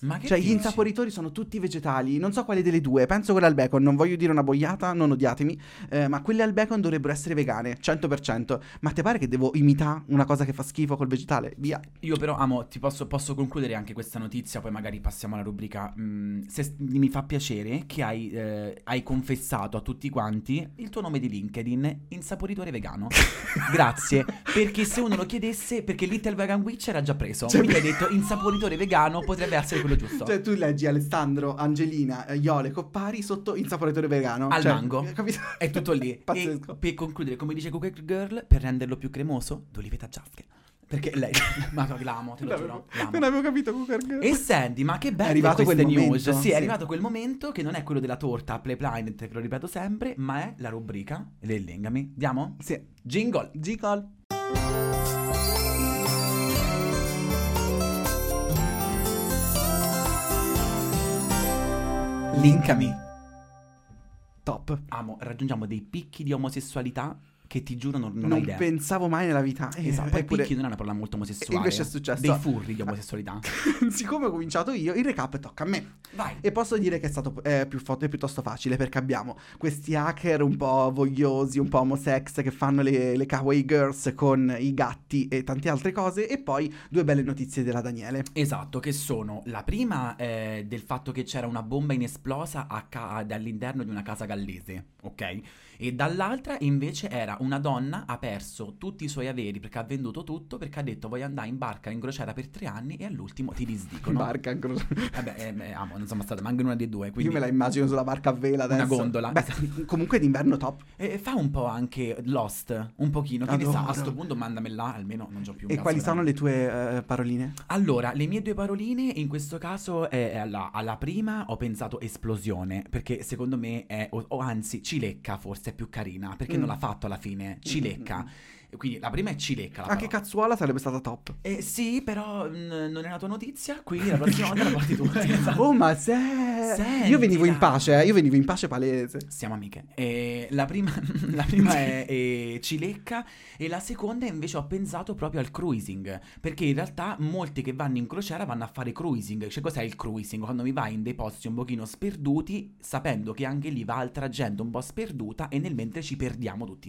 Speaker 2: Ma che
Speaker 1: cioè, gli
Speaker 2: dici?
Speaker 1: insaporitori sono tutti vegetali. Non so quale delle due. Penso quella al bacon. Non voglio dire una boiata, non odiatemi. eh, ma quelle al bacon dovrebbero essere vegane, 100%. Ma te pare che devo imitare una cosa che fa schifo col vegetale? Via.
Speaker 2: Io però amo, ti posso, posso concludere anche questa notizia, poi magari passiamo alla rubrica. mm, se- mi fa piacere che hai, eh, hai confessato a tutti quanti il tuo nome di LinkedIn, insaporitore vegano. Grazie, perché se uno lo chiedesse, perché Little Vegan Witch era già preso,
Speaker 1: Cioè-
Speaker 2: quindi hai detto insaporitore vegano potrebbe essere quello giusto.
Speaker 1: Cioè, tu leggi Alessandro, Angelina, eh, Iole, Coppari sotto insaporitore vegano.
Speaker 2: Al
Speaker 1: Cioè,
Speaker 2: mango.
Speaker 1: Capito?
Speaker 2: È tutto lì.
Speaker 1: Pazzesco.
Speaker 2: E per concludere, come dice Cookie Girl, per renderlo più cremoso, d'olivetta giasche. Perché lei... Ma l'amo, te lo giuro. l'amo.
Speaker 1: Non avevo capito Cooker Girl.
Speaker 2: E senti, ma che bello
Speaker 1: arrivato quel
Speaker 2: news.
Speaker 1: momento,
Speaker 2: Sì,
Speaker 1: sì.
Speaker 2: è arrivato quel momento che non è quello della torta a Play Planet, che lo ripeto sempre, ma è la rubrica del Lingami. Diamo?
Speaker 1: Sì.
Speaker 2: Jingle.
Speaker 1: G-Call.
Speaker 2: Linkami.
Speaker 1: Top.
Speaker 2: Amo, raggiungiamo dei picchi di omosessualità che ti giuro non, non,
Speaker 1: Non,
Speaker 2: ho idea.
Speaker 1: pensavo mai nella vita. Eh,
Speaker 2: Esatto, poi
Speaker 1: eppure-
Speaker 2: Picchi non è una parola molto omosessuale.
Speaker 1: E invece è successo.
Speaker 2: Dei furri di omosessualità.
Speaker 1: Siccome ho cominciato io, il recap tocca a me.
Speaker 2: Vai.
Speaker 1: E posso dire che è stato eh, più fo- è piuttosto facile perché abbiamo questi hacker un po' vogliosi, un po' homosex che fanno le, le kawaii girls con i gatti e tante altre cose. E poi due belle notizie della Daniele.
Speaker 2: Esatto, che sono la prima eh, del fatto che c'era una bomba inesplosa a ca- all'interno di una casa gallese, ok? E dall'altra invece era una donna ha perso tutti i suoi averi perché ha venduto tutto, perché ha detto voglio andare in barca in crociera per tre anni e all'ultimo ti disdicono.
Speaker 1: Barca, ecco, ancora-
Speaker 2: Vabbè, eh, beh, amo, non sono stata manco in una dei due,
Speaker 1: Io
Speaker 2: quindi...
Speaker 1: me la immagino sulla barca a vela
Speaker 2: Una
Speaker 1: adesso.
Speaker 2: gondola.
Speaker 1: Beh, comunque d'inverno top.
Speaker 2: Eh, fa un po' anche Lost, un pochino, che ne
Speaker 1: Adoro.
Speaker 2: sa, a sto punto mandamela, almeno non c'ho più un
Speaker 1: e
Speaker 2: cazzo
Speaker 1: quali
Speaker 2: da-
Speaker 1: sono le tue eh, paroline?
Speaker 2: Allora, le mie due paroline in questo caso è alla, alla prima ho pensato esplosione, perché secondo me è, o, o anzi, cilecca forse è più carina, perché
Speaker 1: Mm.
Speaker 2: non l'ha fatto alla fine, cilecca. Quindi la prima è cilecca. La
Speaker 1: Anche
Speaker 2: parola.
Speaker 1: cazzuola sarebbe stata top.
Speaker 2: Eh, sì, però mh, non è una tua notizia, quindi la prossima volta la porti tu. Esatto.
Speaker 1: Oh, ma se... Io venivo in
Speaker 2: Sentila.
Speaker 1: pace, eh, io venivo in pace palese.
Speaker 2: Siamo amiche. Eh, la prima, la prima è eh, Cilecca e la seconda invece ho pensato proprio al cruising, perché in realtà molti che vanno in crociera vanno a fare cruising. Cioè cos'è il cruising? Quando mi vai in dei posti un pochino sperduti, sapendo che anche lì va altra gente un po' sperduta e nel mentre ci perdiamo tutti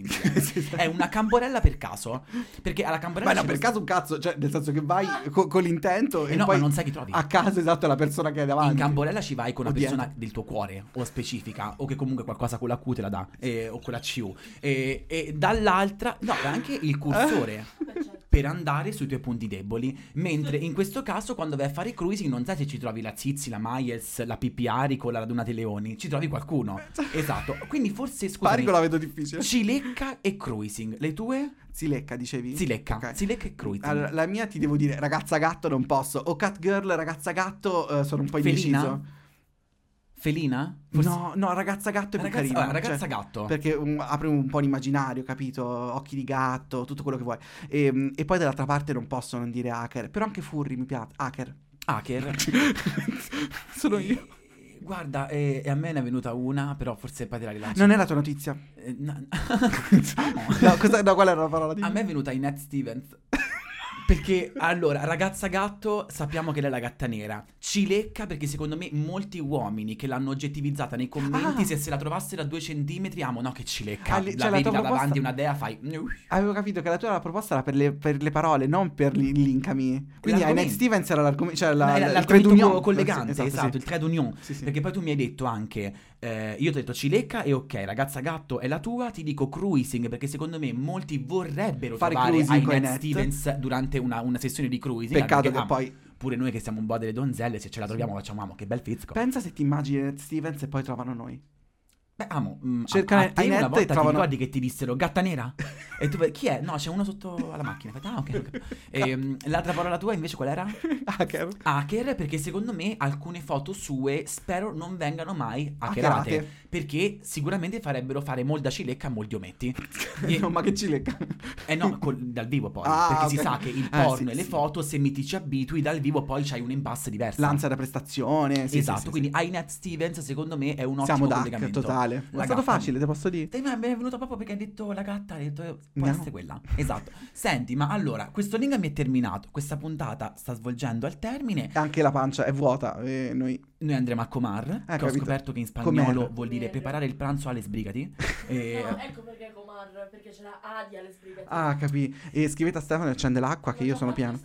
Speaker 2: insieme. è una camporella per caso, perché alla camporella
Speaker 1: Ma no,
Speaker 2: Eh,
Speaker 1: per
Speaker 2: ci posso- Ah.
Speaker 1: caso un cazzo, cioè nel senso che vai co- con l'intento
Speaker 2: Eh
Speaker 1: e
Speaker 2: no,
Speaker 1: poi
Speaker 2: ma non sai chi trovi.
Speaker 1: a caso esatto è la persona che è davanti.
Speaker 2: In camporella ci vai con una
Speaker 1: O dietro.
Speaker 2: persona del tuo cuore o specifica o che comunque qualcosa con la Q te la dà eh, o con la CU e, e dall'altra no anche il cursore
Speaker 1: Eh.
Speaker 3: Beh, certo.
Speaker 2: per andare sui tuoi punti deboli mentre in questo caso quando vai a fare cruising non sai se ci trovi la Zizi la Maies la Pippi Arico la Donate Leoni ci trovi qualcuno esatto quindi forse
Speaker 1: Parico Eh. la
Speaker 2: scusa
Speaker 1: vedo difficile.
Speaker 2: Cilecca e cruising le tue?
Speaker 1: Zilecca, dicevi?
Speaker 2: Zilecca
Speaker 1: Ok.
Speaker 2: Zilecca e cruising
Speaker 1: Allora, la mia ti devo dire, ragazza gatto non posso. O cat girl, ragazza gatto, eh, sono un po'
Speaker 2: Felina?
Speaker 1: indeciso.
Speaker 2: Felina?
Speaker 1: No, no, ragazza gatto è più
Speaker 2: ragazza,
Speaker 1: carino.
Speaker 2: ah, ragazza
Speaker 1: cioè,
Speaker 2: gatto
Speaker 1: Perché um, apre un po' l'immaginario, capito? Occhi di gatto, tutto quello che vuoi. E, mm, e poi dall'altra parte non posso non dire hacker. Però anche furry mi piace. Hacker.
Speaker 2: hacker
Speaker 1: sono io.
Speaker 2: Eh, Guarda, eh, e a me ne è venuta una, però forse poi te la rilancio.
Speaker 1: Non è la tua notizia.
Speaker 2: Eh, no.
Speaker 1: No, cosa, no, qual era la parola di
Speaker 2: a me è venuta Inette Stevens. Perché allora, ragazza gatto, sappiamo che lei è la gatta nera. Cilecca perché secondo me molti uomini che l'hanno oggettivizzata nei commenti,
Speaker 1: Ah.
Speaker 2: se se la trovassero a due centimetri, amo, no che cilecca.
Speaker 1: Ah, lì-
Speaker 2: la
Speaker 1: cioè, la
Speaker 2: vedi
Speaker 1: tua
Speaker 2: là
Speaker 1: proposta-
Speaker 2: davanti una dea, fai...
Speaker 1: Avevo capito che la tua proposta era per le, per le parole, non per gli- il linkami. Quindi
Speaker 2: L'argomento.
Speaker 1: Inex Stevens era l'argomento. Cioè la,
Speaker 2: La,
Speaker 1: il
Speaker 2: l'argomento
Speaker 1: trade union.
Speaker 2: co- collegante,
Speaker 1: Sì,
Speaker 2: esatto, il trade union.
Speaker 1: Sì, sì.
Speaker 2: Perché poi tu mi hai detto anche, eh, io ti ho detto Cilecca e ok, ragazza gatto è la tua, ti dico cruising perché secondo me molti vorrebbero
Speaker 1: Fare
Speaker 2: trovare
Speaker 1: cruising con
Speaker 2: Aynette
Speaker 1: Net.
Speaker 2: Stevens durante una, una sessione di cruising.
Speaker 1: Peccato
Speaker 2: perché,
Speaker 1: che
Speaker 2: ah,
Speaker 1: poi.
Speaker 2: Pure noi che siamo un po' delle donzelle, se ce la troviamo facciamo amo, che bel fizzico.
Speaker 1: Pensa se ti immagini Inex Stevens e poi trovano noi.
Speaker 2: Beh, amo, mm,
Speaker 1: Cerca
Speaker 2: a, a te
Speaker 1: Aynette
Speaker 2: una
Speaker 1: e
Speaker 2: volta ti
Speaker 1: trovano-
Speaker 2: ricordi che ti dissero gatta nera? e tu fai, chi è? No, c'è uno sotto alla macchina. Fai, ah, ok, ok. E, mm, l'altra parola tua invece qual era?
Speaker 1: Hacker.
Speaker 2: hacker perché secondo me alcune foto sue spero non vengano mai hackerate,
Speaker 1: Hackerate.
Speaker 2: perché sicuramente farebbero fare molda cilecca a molti ometti E-
Speaker 1: No, ma che ci lecca.
Speaker 2: eh no col- dal vivo poi
Speaker 1: Ah,
Speaker 2: perché si
Speaker 1: ok.
Speaker 2: sa che il
Speaker 1: Ah,
Speaker 2: porno
Speaker 1: sì,
Speaker 2: e le
Speaker 1: sì.
Speaker 2: foto se mi ti ci abitui dal vivo poi c'hai un impasse diverso
Speaker 1: L'ansia da prestazione. sì,
Speaker 2: esatto
Speaker 1: sì, sì,
Speaker 2: quindi Aynette Stevens secondo me è un
Speaker 1: sì.
Speaker 2: ottimo
Speaker 1: Siamo DAC
Speaker 2: collegamento Esatto.
Speaker 1: totale.
Speaker 2: La
Speaker 1: è stato
Speaker 2: gatta.
Speaker 1: facile, te posso dire.
Speaker 2: Te- ma Mi è venuto proprio perché ha detto la gatta, ha detto eh, può
Speaker 1: No.
Speaker 2: essere quella. Esatto. Senti, ma allora, questo link mi è terminato, questa puntata sta svolgendo al termine.
Speaker 1: Anche la pancia è vuota. E noi.
Speaker 2: Noi andremo a comar, che ho
Speaker 1: Eh, capito.
Speaker 2: scoperto che in spagnolo
Speaker 1: Comer.
Speaker 2: vuol dire preparare il pranzo alle sbrigati. Eh, E-
Speaker 3: No, ecco perché Comar, perì c'è la Adia alle sbrigate.
Speaker 1: Eh, Ah, capì. E scrivete a Stefano e accende l'acqua, che io sono piano.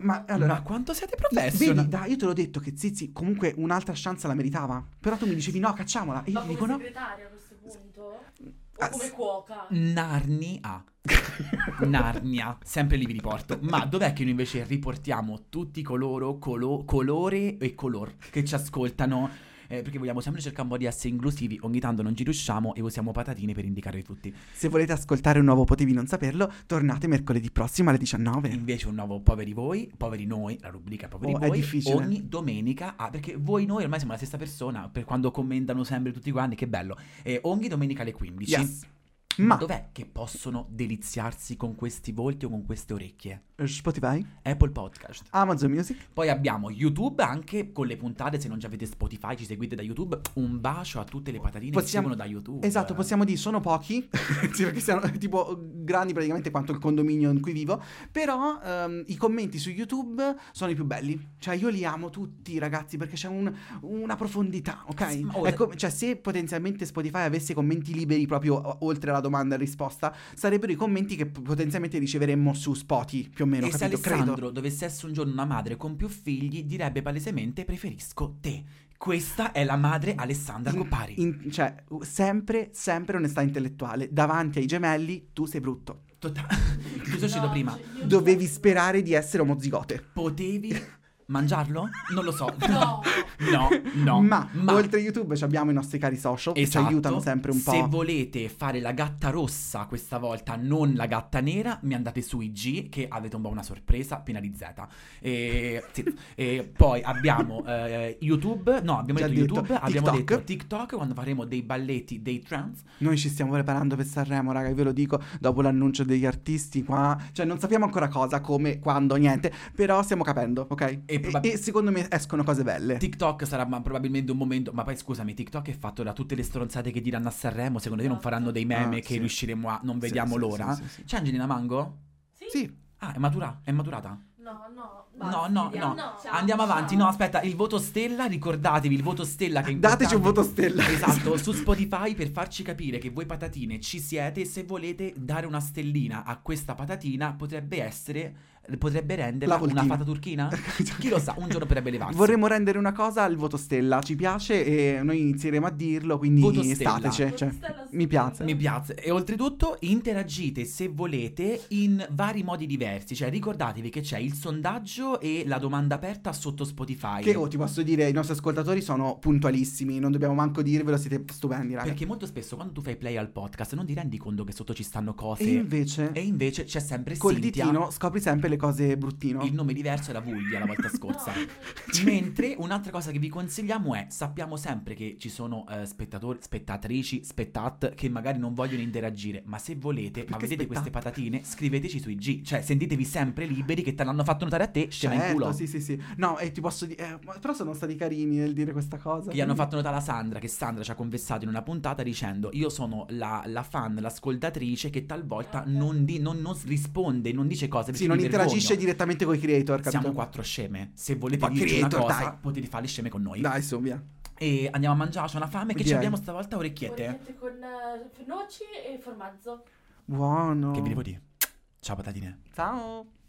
Speaker 1: Ma eh, allora.
Speaker 2: ma quanto siete
Speaker 1: Vedi,
Speaker 2: professionali?
Speaker 1: dai, io te l'ho detto che Zizi comunque un'altra chance la meritava. Però tu mi dicevi no, cacciamola. E io
Speaker 3: Ma
Speaker 1: ti
Speaker 3: come
Speaker 1: dico no.
Speaker 3: segretaria a questo punto? O
Speaker 1: Ah,
Speaker 3: come
Speaker 1: s-
Speaker 3: cuoca?
Speaker 2: Narnia. Narnia, sempre lì vi riporto. Ma dov'è che noi invece riportiamo tutti coloro, colo- colore e color che ci ascoltano? Eh, perché vogliamo sempre cercare un po' di essere inclusivi, ogni tanto non ci riusciamo e usiamo patatine per indicare tutti.
Speaker 1: Se volete ascoltare un nuovo Potevi non saperlo, tornate mercoledì prossimo alle 19.
Speaker 2: Invece un nuovo Poveri Voi, Poveri Noi, la rubrica Poveri
Speaker 1: Eh. Oh, è
Speaker 2: Voi,
Speaker 1: difficile.
Speaker 2: ogni domenica, ah, perché voi noi ormai siamo la stessa persona, per quando commentano sempre tutti quanti, che bello, Eh, ogni domenica alle 15.
Speaker 1: Yes.
Speaker 2: Ma
Speaker 1: Ma
Speaker 2: dov'è che possono deliziarsi con questi volti o con queste orecchie?
Speaker 1: Spotify,
Speaker 2: Apple Podcast.
Speaker 1: Amazon Music,
Speaker 2: Poi abbiamo YouTube anche con le puntate, se non già avete Spotify, ci seguite da YouTube. Un bacio a tutte le patatine
Speaker 1: Possiamo-
Speaker 2: che seguono da YouTube.
Speaker 1: esatto, possiamo dire sono pochi, sì, perché siamo tipo grandi praticamente quanto il condominio in cui vivo, però ehm, i commenti su YouTube sono i più belli, cioè io li amo tutti ragazzi perché c'è un- una profondità,
Speaker 2: Sì,
Speaker 1: ok?
Speaker 2: ma- oh,
Speaker 1: È come- cioè se potenzialmente Spotify avesse commenti liberi proprio o- oltre alla domanda e risposta, sarebbero i commenti che p- potenzialmente riceveremmo su Spotify più o meno,
Speaker 2: e se
Speaker 1: capito?
Speaker 2: Alessandro
Speaker 1: Credo.
Speaker 2: dovesse essere un giorno una madre con più figli, direbbe palesemente preferisco te. Questa è la madre Alessandra
Speaker 1: In-
Speaker 2: Coppari.
Speaker 1: in- cioè, u- sempre, sempre onestà intellettuale. Davanti ai gemelli, tu sei brutto.
Speaker 2: Totale- Ci sono Tota- uscito
Speaker 3: No,
Speaker 2: prima.
Speaker 3: cioè, io-
Speaker 1: Dovevi sperare di essere omozigote.
Speaker 2: Potevi mangiarlo? Non lo so.
Speaker 3: No.
Speaker 2: No, no.
Speaker 1: ma, oltre YouTube ci abbiamo i nostri cari social
Speaker 2: Esatto.
Speaker 1: che ci aiutano sempre un po'.
Speaker 2: Se volete fare la gatta rossa questa volta, non la gatta nera, mi andate su IG che avete un po' una sorpresa piena di Z. E, sì. E poi abbiamo eh, YouTube, no, abbiamo
Speaker 1: Già
Speaker 2: detto
Speaker 1: detto,
Speaker 2: YouTube, abbiamo
Speaker 1: TikTok.
Speaker 2: detto TikTok quando faremo dei balletti, dei trance.
Speaker 1: Noi ci stiamo preparando per Sanremo, raga, ve lo dico, dopo l'annuncio degli artisti qua, cioè non sappiamo ancora cosa, come, quando, niente, però stiamo capendo, ok? E,
Speaker 2: probab-
Speaker 1: e secondo me escono cose belle.
Speaker 2: TikTok sarà ma- probabilmente un momento, ma poi scusami, TikTok è fatto da tutte le stronzate che diranno a Sanremo, secondo te non faranno dei meme
Speaker 1: Ah,
Speaker 2: che
Speaker 1: sì.
Speaker 2: riusciremo a non
Speaker 1: Sì,
Speaker 2: vediamo
Speaker 1: sì,
Speaker 2: l'ora?
Speaker 1: sì, sì, sì.
Speaker 2: C'è Angelina Mango?
Speaker 3: Sì?
Speaker 1: Sì,
Speaker 2: Ah, è matura, è maturata.
Speaker 3: No, no.
Speaker 4: Basta,
Speaker 2: No, no,
Speaker 4: chiudiamo.
Speaker 3: no.
Speaker 4: Ciao.
Speaker 2: Andiamo avanti, no, aspetta, il voto stella, ricordatevi il voto stella che è importante.
Speaker 1: dateci un voto stella.
Speaker 2: Esatto, su Spotify per farci capire che voi patatine ci siete, se volete dare una stellina a questa patatina potrebbe essere, potrebbe renderla
Speaker 1: La voltina.
Speaker 2: una fata turchina? Chi lo sa, un giorno potrebbe levarsi.
Speaker 1: Cioè, Vorremmo rendere una cosa al voto stella, ci piace e noi inizieremo a dirlo, quindi
Speaker 2: Voto stella.
Speaker 1: stateci. Cioè,
Speaker 3: Stella
Speaker 1: mi piace.
Speaker 2: Mi piace. E oltretutto interagite se volete in vari modi diversi. Cioè ricordatevi che c'è il sondaggio e la domanda aperta sotto Spotify.
Speaker 1: Che oh, ti posso dire, i nostri ascoltatori sono puntualissimi, non dobbiamo manco dirvelo, siete stupendi, raga.
Speaker 2: Perché molto spesso quando tu fai play al podcast non ti rendi conto che sotto ci stanno cose.
Speaker 1: E invece,
Speaker 2: E invece c'è sempre
Speaker 1: col
Speaker 2: Cintia,
Speaker 1: ditino scopri sempre le cose bruttino.
Speaker 2: il nome diverso era Vulvia la volta scorsa.
Speaker 1: cioè.
Speaker 2: Mentre un'altra cosa che vi consigliamo è sappiamo sempre che ci sono eh, spettatori, spettatrici, spettat che magari non vogliono interagire, ma se volete,
Speaker 1: Perché
Speaker 2: avete
Speaker 1: spettat?
Speaker 2: queste patatine, scriveteci su IG, cioè sentitevi sempre liberi che te l'hanno fatto notare a te, scema in culo.
Speaker 1: Certo, sì, sì, sì. No, e ti posso dire... però sono stati carini nel dire questa cosa.
Speaker 2: Che gli hanno
Speaker 1: quindi-
Speaker 2: fatto notare alla Sandra, che Sandra ci ha confessato in una puntata dicendo io sono la, la fan, l'ascoltatrice che talvolta non, di- non- non risponde, non dice cose. perché
Speaker 1: Sì, non
Speaker 2: mi
Speaker 1: interagisce
Speaker 2: vergogno.
Speaker 1: direttamente con i creator, capito?
Speaker 2: Siamo quattro sceme. Se volete
Speaker 1: Ma
Speaker 2: dirci una
Speaker 1: creator,
Speaker 2: cosa,
Speaker 1: dai.
Speaker 2: potete fare le sceme con noi.
Speaker 1: Dai, su, via.
Speaker 2: E andiamo a mangiare, c'ho una fame. Che
Speaker 1: Direi.
Speaker 2: ci abbiamo stavolta? Orecchiette.
Speaker 3: Porchette con eh, noci e formaggio.
Speaker 1: Buono.
Speaker 2: Che vi devo dire? Ciao patatine.
Speaker 1: Ciao.